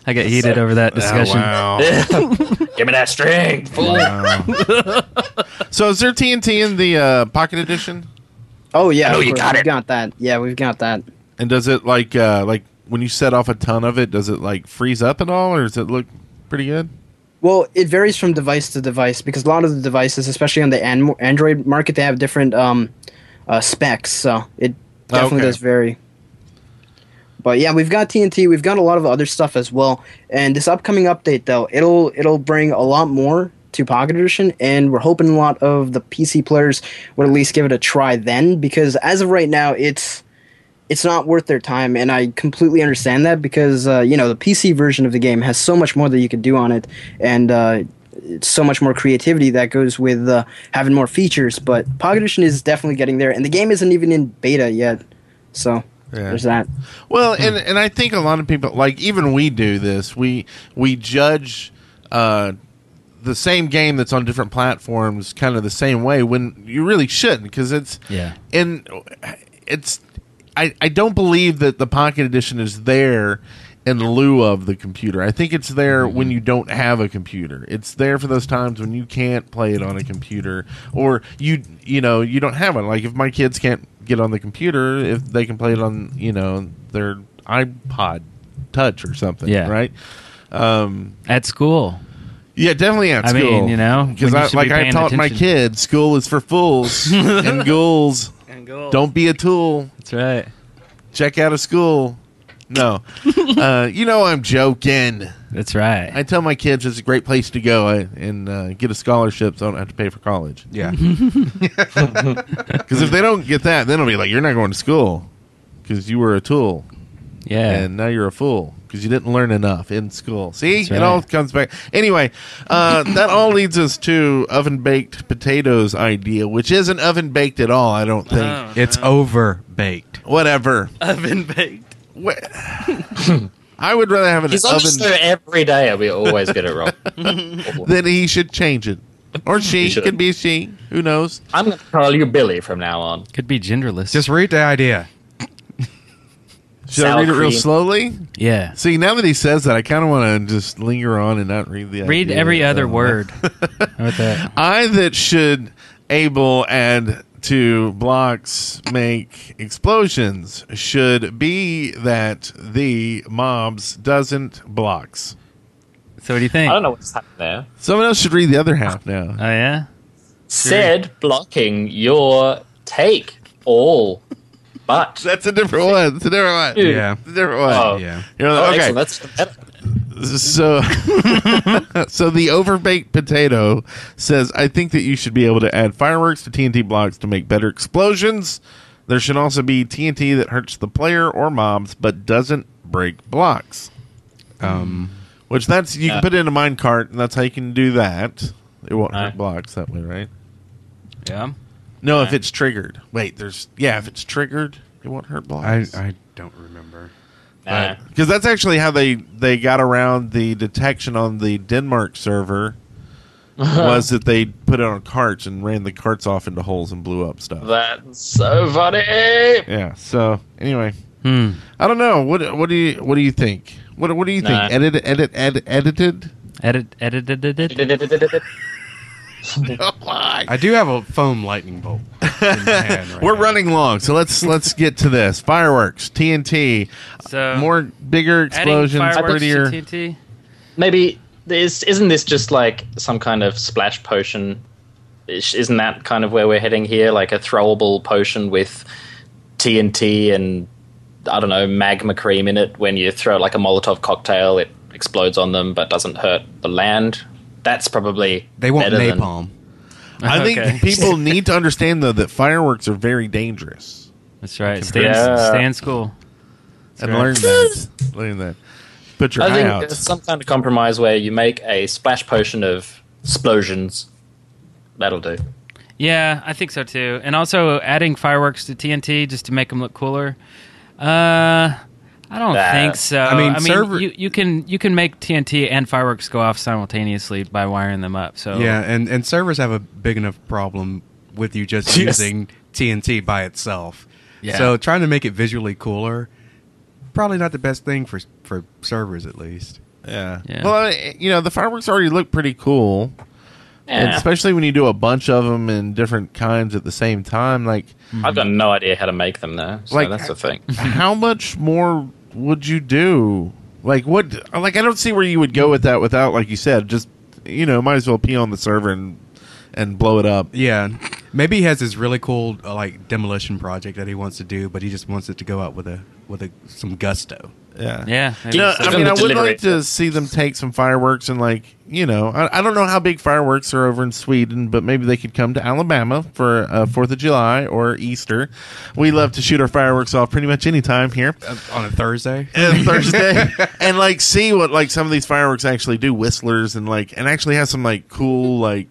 Speaker 5: I got heated over that discussion.
Speaker 8: wow.
Speaker 4: Give me that string. fool.
Speaker 8: so is there TNT in the uh, pocket edition?
Speaker 7: Oh yeah,
Speaker 4: know
Speaker 7: of
Speaker 4: you
Speaker 7: course,
Speaker 4: got
Speaker 7: we've
Speaker 4: it.
Speaker 7: got that. Yeah, we've got that.
Speaker 8: And does it like uh like when you set off a ton of it, does it like freeze up at all or does it look pretty good?
Speaker 7: Well, it varies from device to device because a lot of the devices, especially on the an- Android market, they have different um, uh, specs. So it definitely
Speaker 8: Okay.
Speaker 7: does vary. But yeah, we've got TNT. We've got a lot of other stuff as well. And this upcoming update, though, it'll it'll bring a lot more to Pocket Edition, and we're hoping a lot of the PC players would at least give it a try then, because as of right now, it's it's not worth their time, and I completely understand that because uh, you know the PC version of the game has so much more that you could do on it, and uh, it's so much more creativity that goes with uh, having more features. But Pocket Edition is definitely getting there, and the game isn't even in beta yet, so there's that.
Speaker 8: Well, and and I think a lot of people like even we do this. We we judge uh the same game that's on different platforms kind of the same way when you really shouldn't because it's
Speaker 5: Yeah.
Speaker 8: and it's I, I don't believe that the pocket edition is there in lieu of the computer. I think it's there
Speaker 5: Mm-hmm.
Speaker 8: when you don't have a computer. It's there for those times when you can't play it on a computer or you you know, you don't have one. Like if my kids can't get on the computer, if they can play it on, you know, their iPod touch or something.
Speaker 5: Yeah.
Speaker 8: Right. Um,
Speaker 5: at school.
Speaker 8: Yeah, definitely at
Speaker 5: I
Speaker 8: school.
Speaker 5: mean, you know,
Speaker 8: because
Speaker 5: when you
Speaker 8: I,
Speaker 5: should be
Speaker 8: like I
Speaker 5: paying
Speaker 8: taught my
Speaker 5: attention.
Speaker 8: kids, school is for fools and ghouls.
Speaker 5: And ghouls.
Speaker 8: Don't be a tool.
Speaker 5: That's right.
Speaker 8: Check out of school. No, uh, you know I'm joking.
Speaker 5: That's right.
Speaker 8: I tell my kids it's a great place to go I, and uh, get a scholarship, so I don't have to pay for college.
Speaker 6: Yeah.
Speaker 8: Because if they don't get that, then it'll be like, you're not going to school because you were a tool.
Speaker 5: Yeah.
Speaker 8: And now you're a fool because you didn't learn enough in school. See,
Speaker 5: That's
Speaker 8: it
Speaker 5: right.
Speaker 8: all comes back. Anyway, uh, that all leads us to oven baked potatoes idea, which isn't oven baked at all, I don't think.
Speaker 5: Oh.
Speaker 6: It's over baked.
Speaker 8: Whatever.
Speaker 13: Oven baked.
Speaker 8: I would rather have an
Speaker 4: He's on
Speaker 8: oven
Speaker 4: the show every day, and we always get it wrong.
Speaker 8: then he should change it. Or she.
Speaker 4: should.
Speaker 8: Could be a she. Who knows?
Speaker 4: I'm going to call you Billy from now on.
Speaker 5: Could be genderless.
Speaker 6: Just read the idea.
Speaker 8: Should I read it real slowly?
Speaker 5: Yeah.
Speaker 8: See, now that he says that, I kind of want to just linger on and not read the
Speaker 5: Read
Speaker 8: idea.
Speaker 5: every uh, other
Speaker 8: Um,
Speaker 5: word. How about that?
Speaker 8: I that should able add to blocks make explosions should be that the mobs doesn't blocks.
Speaker 5: So what do you think?
Speaker 4: I don't know what's happening there.
Speaker 8: Someone else should read the other half now.
Speaker 5: Oh yeah.
Speaker 4: Said blocking your take all, but
Speaker 8: that's a different one. It's a different one.
Speaker 6: Yeah.
Speaker 8: It's a different one.
Speaker 4: Oh.
Speaker 6: Yeah.
Speaker 8: You're
Speaker 4: Oh,
Speaker 8: like, okay.
Speaker 4: excellent. That's- that-
Speaker 8: So, so the overbaked potato says, "I think that you should be able to add fireworks to TNT blocks to make better explosions. There should also be TNT that hurts the player or mobs but doesn't break blocks.
Speaker 6: Um,
Speaker 8: which that's you
Speaker 6: Uh,
Speaker 8: can put it in a mine cart, and that's how you can do that. It won't hurt blocks that way, right?
Speaker 5: Yeah.
Speaker 8: No, if
Speaker 5: Right.
Speaker 8: it's triggered. Wait, there's yeah, if it's triggered, it won't hurt
Speaker 6: I,
Speaker 8: blocks.
Speaker 6: I don't remember.
Speaker 4: Nah.
Speaker 8: because that's actually how they they got around the detection on the Denmark server
Speaker 4: Uh-huh.
Speaker 8: was that they put it on carts and ran the carts off into holes and blew up stuff.
Speaker 4: That's so funny.
Speaker 8: Yeah. So anyway,
Speaker 4: Hmm.
Speaker 8: I don't know. What what do you what do you think? What what do you
Speaker 4: Nah.
Speaker 8: think? Edit edit edit edited.
Speaker 5: Edit edited it.
Speaker 8: Oh
Speaker 6: I do have a foam lightning bolt. in my hand right
Speaker 8: We're running long, so let's let's get to this. Fireworks, TNT,
Speaker 4: Uh,
Speaker 5: so
Speaker 8: more bigger explosions, prettier.
Speaker 5: TNT.
Speaker 4: Maybe is isn't this just like some kind of splash potion? Ish- Isn't that kind of where we're heading here? Like a throwable potion with TNT and I don't know magma cream in it. When you throw it like a Molotov cocktail, it explodes on them but doesn't hurt the land. That's probably
Speaker 6: They want
Speaker 4: better than-
Speaker 6: napalm.
Speaker 8: I think
Speaker 4: Okay.
Speaker 8: people need to understand though that fireworks are very dangerous.
Speaker 5: That's right. Stay,
Speaker 8: Stay in- Yeah.
Speaker 5: stay
Speaker 8: stay
Speaker 5: in
Speaker 8: in
Speaker 5: school.
Speaker 8: and learn that. learn that. Put your
Speaker 4: I
Speaker 8: eye
Speaker 4: think
Speaker 8: out.
Speaker 4: it's some kind of compromise where you make a splash potion of explosions. That'll do.
Speaker 5: Yeah, I think so too. And also adding fireworks to TNT just to make them look cooler. Uh, I don't
Speaker 4: Nah.
Speaker 5: think so.
Speaker 6: I
Speaker 5: I
Speaker 6: mean,
Speaker 5: mean,
Speaker 6: server-
Speaker 5: you, you can you can make TNT and fireworks go off simultaneously by wiring them up. So
Speaker 6: Yeah, and, and servers have a big enough problem with you just
Speaker 5: Yes.
Speaker 6: using TNT by itself.
Speaker 5: Yeah.
Speaker 6: So trying to make it visually cooler, probably not the best thing for for servers at least.
Speaker 8: Yeah.
Speaker 5: Yeah.
Speaker 8: Well, I- you know, the fireworks already look pretty cool, and
Speaker 4: Yeah.
Speaker 8: especially when you do a bunch of them in different kinds at the same time. Like,
Speaker 4: I've got no idea how to make them though. So
Speaker 8: Like-
Speaker 5: uh,
Speaker 4: that's the thing.
Speaker 8: how much more would you do? Like, what? Like, I don't see where you would go with that without, like you said, just you know, might as well pee on the server and and blow it up.
Speaker 6: Yeah. Maybe he has this really cool uh, like demolition project that he wants to do, but he just wants it to go out with a with a some gusto.
Speaker 8: Yeah.
Speaker 5: Yeah,
Speaker 8: You know,
Speaker 5: maybe
Speaker 8: I
Speaker 5: so.
Speaker 8: mean, I would
Speaker 5: Delivery.
Speaker 8: like to see them take some fireworks and, like, you know, I, I don't know how big fireworks are over in Sweden, but maybe they could come to Alabama for uh, Fourth of July or Easter. We love to shoot our fireworks off pretty much any time here
Speaker 6: uh, On a Thursday.
Speaker 8: and Thursday, and like see what like some of these fireworks actually do, whistlers, and like and actually have some like cool like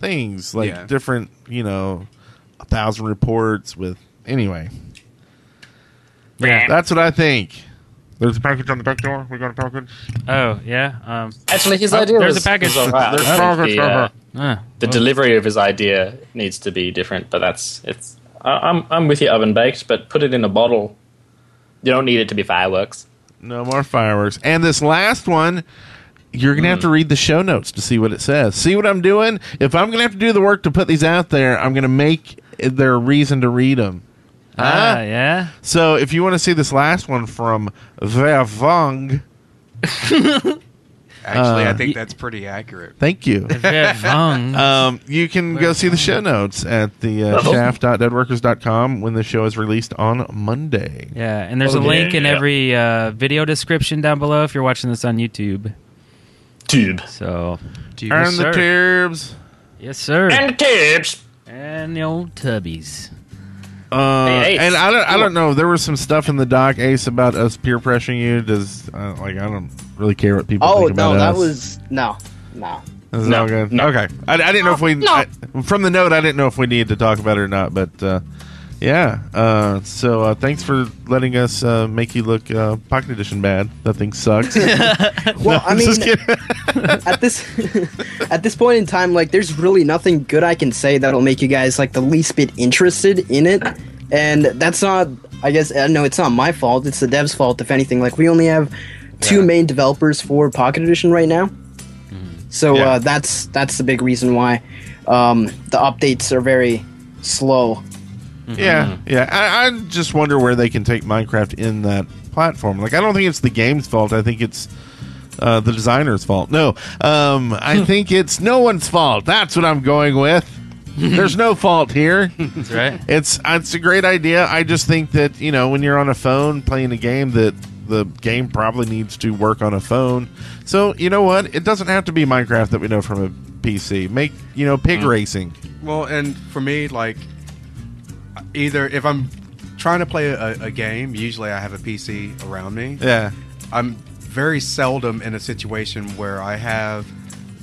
Speaker 8: things, like
Speaker 6: Yeah.
Speaker 8: different, you know, a thousand reports with. Anyway,
Speaker 5: Yeah.
Speaker 8: that's what I think. There's a package on the back door. We got a package.
Speaker 5: Oh yeah. Um,
Speaker 4: Actually, his
Speaker 5: oh,
Speaker 4: idea
Speaker 5: There's
Speaker 4: was-
Speaker 5: a package.
Speaker 4: was all right.
Speaker 5: There's
Speaker 4: I think
Speaker 5: package.
Speaker 4: the, uh,
Speaker 5: Ah,
Speaker 4: the
Speaker 5: well.
Speaker 4: delivery of his idea needs to be different, but that's it's. I, I'm I'm with you, oven baked, but put it in a bottle. You don't need it to be fireworks.
Speaker 8: No more fireworks. And this last one, you're going to have to read the show notes to see what it says. See what I'm doing? If I'm going to have to do the work to put these out there, I'm going to make their reason to read them.
Speaker 5: Ah, yeah.
Speaker 8: So if you want to see this last one from Vervang,
Speaker 6: Actually, I
Speaker 8: Uh,
Speaker 6: think that's pretty accurate.
Speaker 8: thank you.
Speaker 5: Vervang.
Speaker 8: Um, you can go see the show notes at the uh,
Speaker 5: Vervang.
Speaker 8: shaft.deadworkers.com when the show is released on Monday.
Speaker 5: Yeah, and there's
Speaker 8: Oh,
Speaker 5: a
Speaker 8: yeah.
Speaker 5: link in every uh, video description down below if you're watching this on YouTube.
Speaker 4: Tube.
Speaker 5: So,
Speaker 8: Tube. And the tubes.
Speaker 5: Yes, sir.
Speaker 4: And the tubes.
Speaker 5: And the old tubbies.
Speaker 8: Uh,
Speaker 5: Hey, Ace.
Speaker 8: and I don't, I don't know. There was some stuff in the doc, Ace, about us peer pressuring you. Does uh, like I don't really care what people
Speaker 7: Oh
Speaker 8: think about
Speaker 7: no, that
Speaker 8: us.
Speaker 7: was no, no.
Speaker 8: This is all good. Okay, I, I didn't know if we I- from the note. I didn't know if we needed to talk about it or not, but uh, yeah. Uh, so uh, thanks for letting us uh, make you look uh, pocket edition bad. That thing sucks.
Speaker 7: Well, I
Speaker 8: I'm
Speaker 7: mean,
Speaker 8: just
Speaker 7: at this at this point in time, like, there's really nothing good I can say that'll make you guys like the least bit interested in it, and that's not. I guess I know it's not my fault. It's the devs' fault, if anything. Like, we only have two main developers for Pocket Edition right now, so
Speaker 8: Yeah.
Speaker 7: uh, that's that's the big reason why um, the updates are very slow.
Speaker 8: Yeah, yeah. I, I just wonder where they can take Minecraft in that platform. Like, I don't think it's the game's fault. I think it's uh, the designer's fault. No, um, I think it's no one's fault. That's what I'm going with. There's no fault here. That's
Speaker 5: right.
Speaker 8: It's it's a great idea. I just think that you know when you're on a phone playing a game that the game probably needs to work on a phone. So you know what? It doesn't have to be Minecraft that we know from a PC. Make you know pig racing.
Speaker 6: Well, and for me, like either if I'm trying to play a, a game, usually I have a PC around me.
Speaker 8: Yeah.
Speaker 6: I'm very seldom in a situation where I have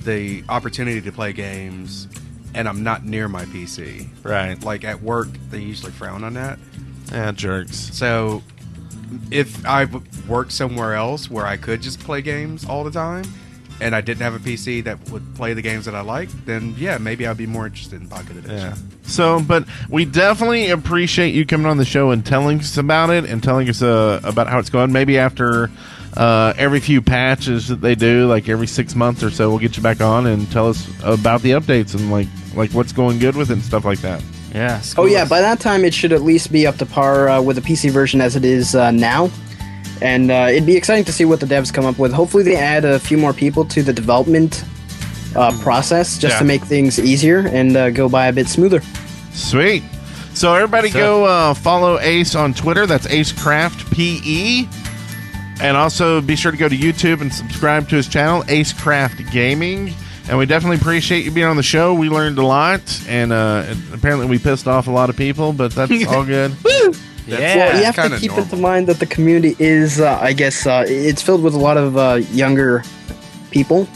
Speaker 6: the opportunity to play games and I'm not near my PC.
Speaker 8: Right.
Speaker 6: Like at work, they usually frown on that.
Speaker 8: Yeah, jerks.
Speaker 6: So if I w- worked somewhere else where I could just play games all the time and I didn't have a PC that would play the games that I like, then yeah, maybe I'd be more interested in Pocket Edition.
Speaker 8: Yeah. So, but we definitely appreciate you coming on the show and telling us about it and telling us uh, about how it's going. Maybe after uh, every few patches that they do, like every six months or so, we'll get you back on and tell us about the updates and like like what's going good with it and stuff like that.
Speaker 5: Yeah.
Speaker 7: Oh yeah, by that time it should at least be up to par uh, with the PC version as it is uh, now, and uh, it'd be exciting to see what the devs come up with. Hopefully, they add a few more people to the development uh, process just to
Speaker 8: Hmm. Yeah.
Speaker 7: make things easier and uh, go by a bit smoother.
Speaker 8: Sweet. So everybody go uh, follow Ace on Twitter. That's AceCraft PE. And also be sure to go to YouTube and subscribe to his channel, AceCraft Gaming. And we definitely appreciate you being on the show. We learned a lot, and uh, and apparently we pissed off a lot of people, but that's all good.
Speaker 5: Yeah.
Speaker 7: well, you have to keep into mind that the community is, uh, I guess, uh, it's filled with a lot of uh, younger people.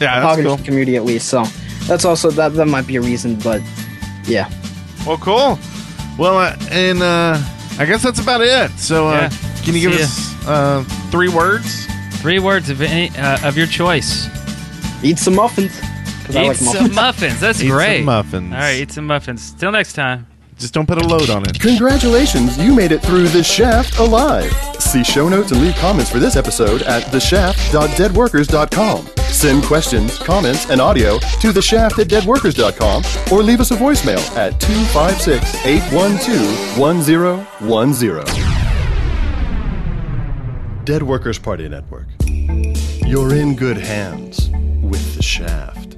Speaker 8: Yeah, that's
Speaker 7: Cognitive
Speaker 8: cool.
Speaker 7: community at least. So that's also that that might be a reason, but yeah.
Speaker 8: Well, cool. Well, uh, and uh, I guess that's about it. So, uh,
Speaker 5: Yeah.
Speaker 8: can you give
Speaker 5: See ya.
Speaker 8: us uh, three words?
Speaker 5: Three words of any uh, of your choice.
Speaker 7: Eat some muffins. 'cause
Speaker 5: Eat
Speaker 7: I like
Speaker 5: some muffins. That's
Speaker 8: Eat some
Speaker 5: great.
Speaker 8: muffins.
Speaker 5: All right, eat some muffins. Till next time.
Speaker 8: Just don't put a load on it.
Speaker 3: Congratulations, you made it through The Shaft alive. See show notes and leave comments for this episode at theshaft.deadworkers.com. Send questions, comments, and audio to theshaft at deadworkers.com or leave us a voicemail at 256 812 1010. Dead Workers Party Network. You're in good hands with The Shaft.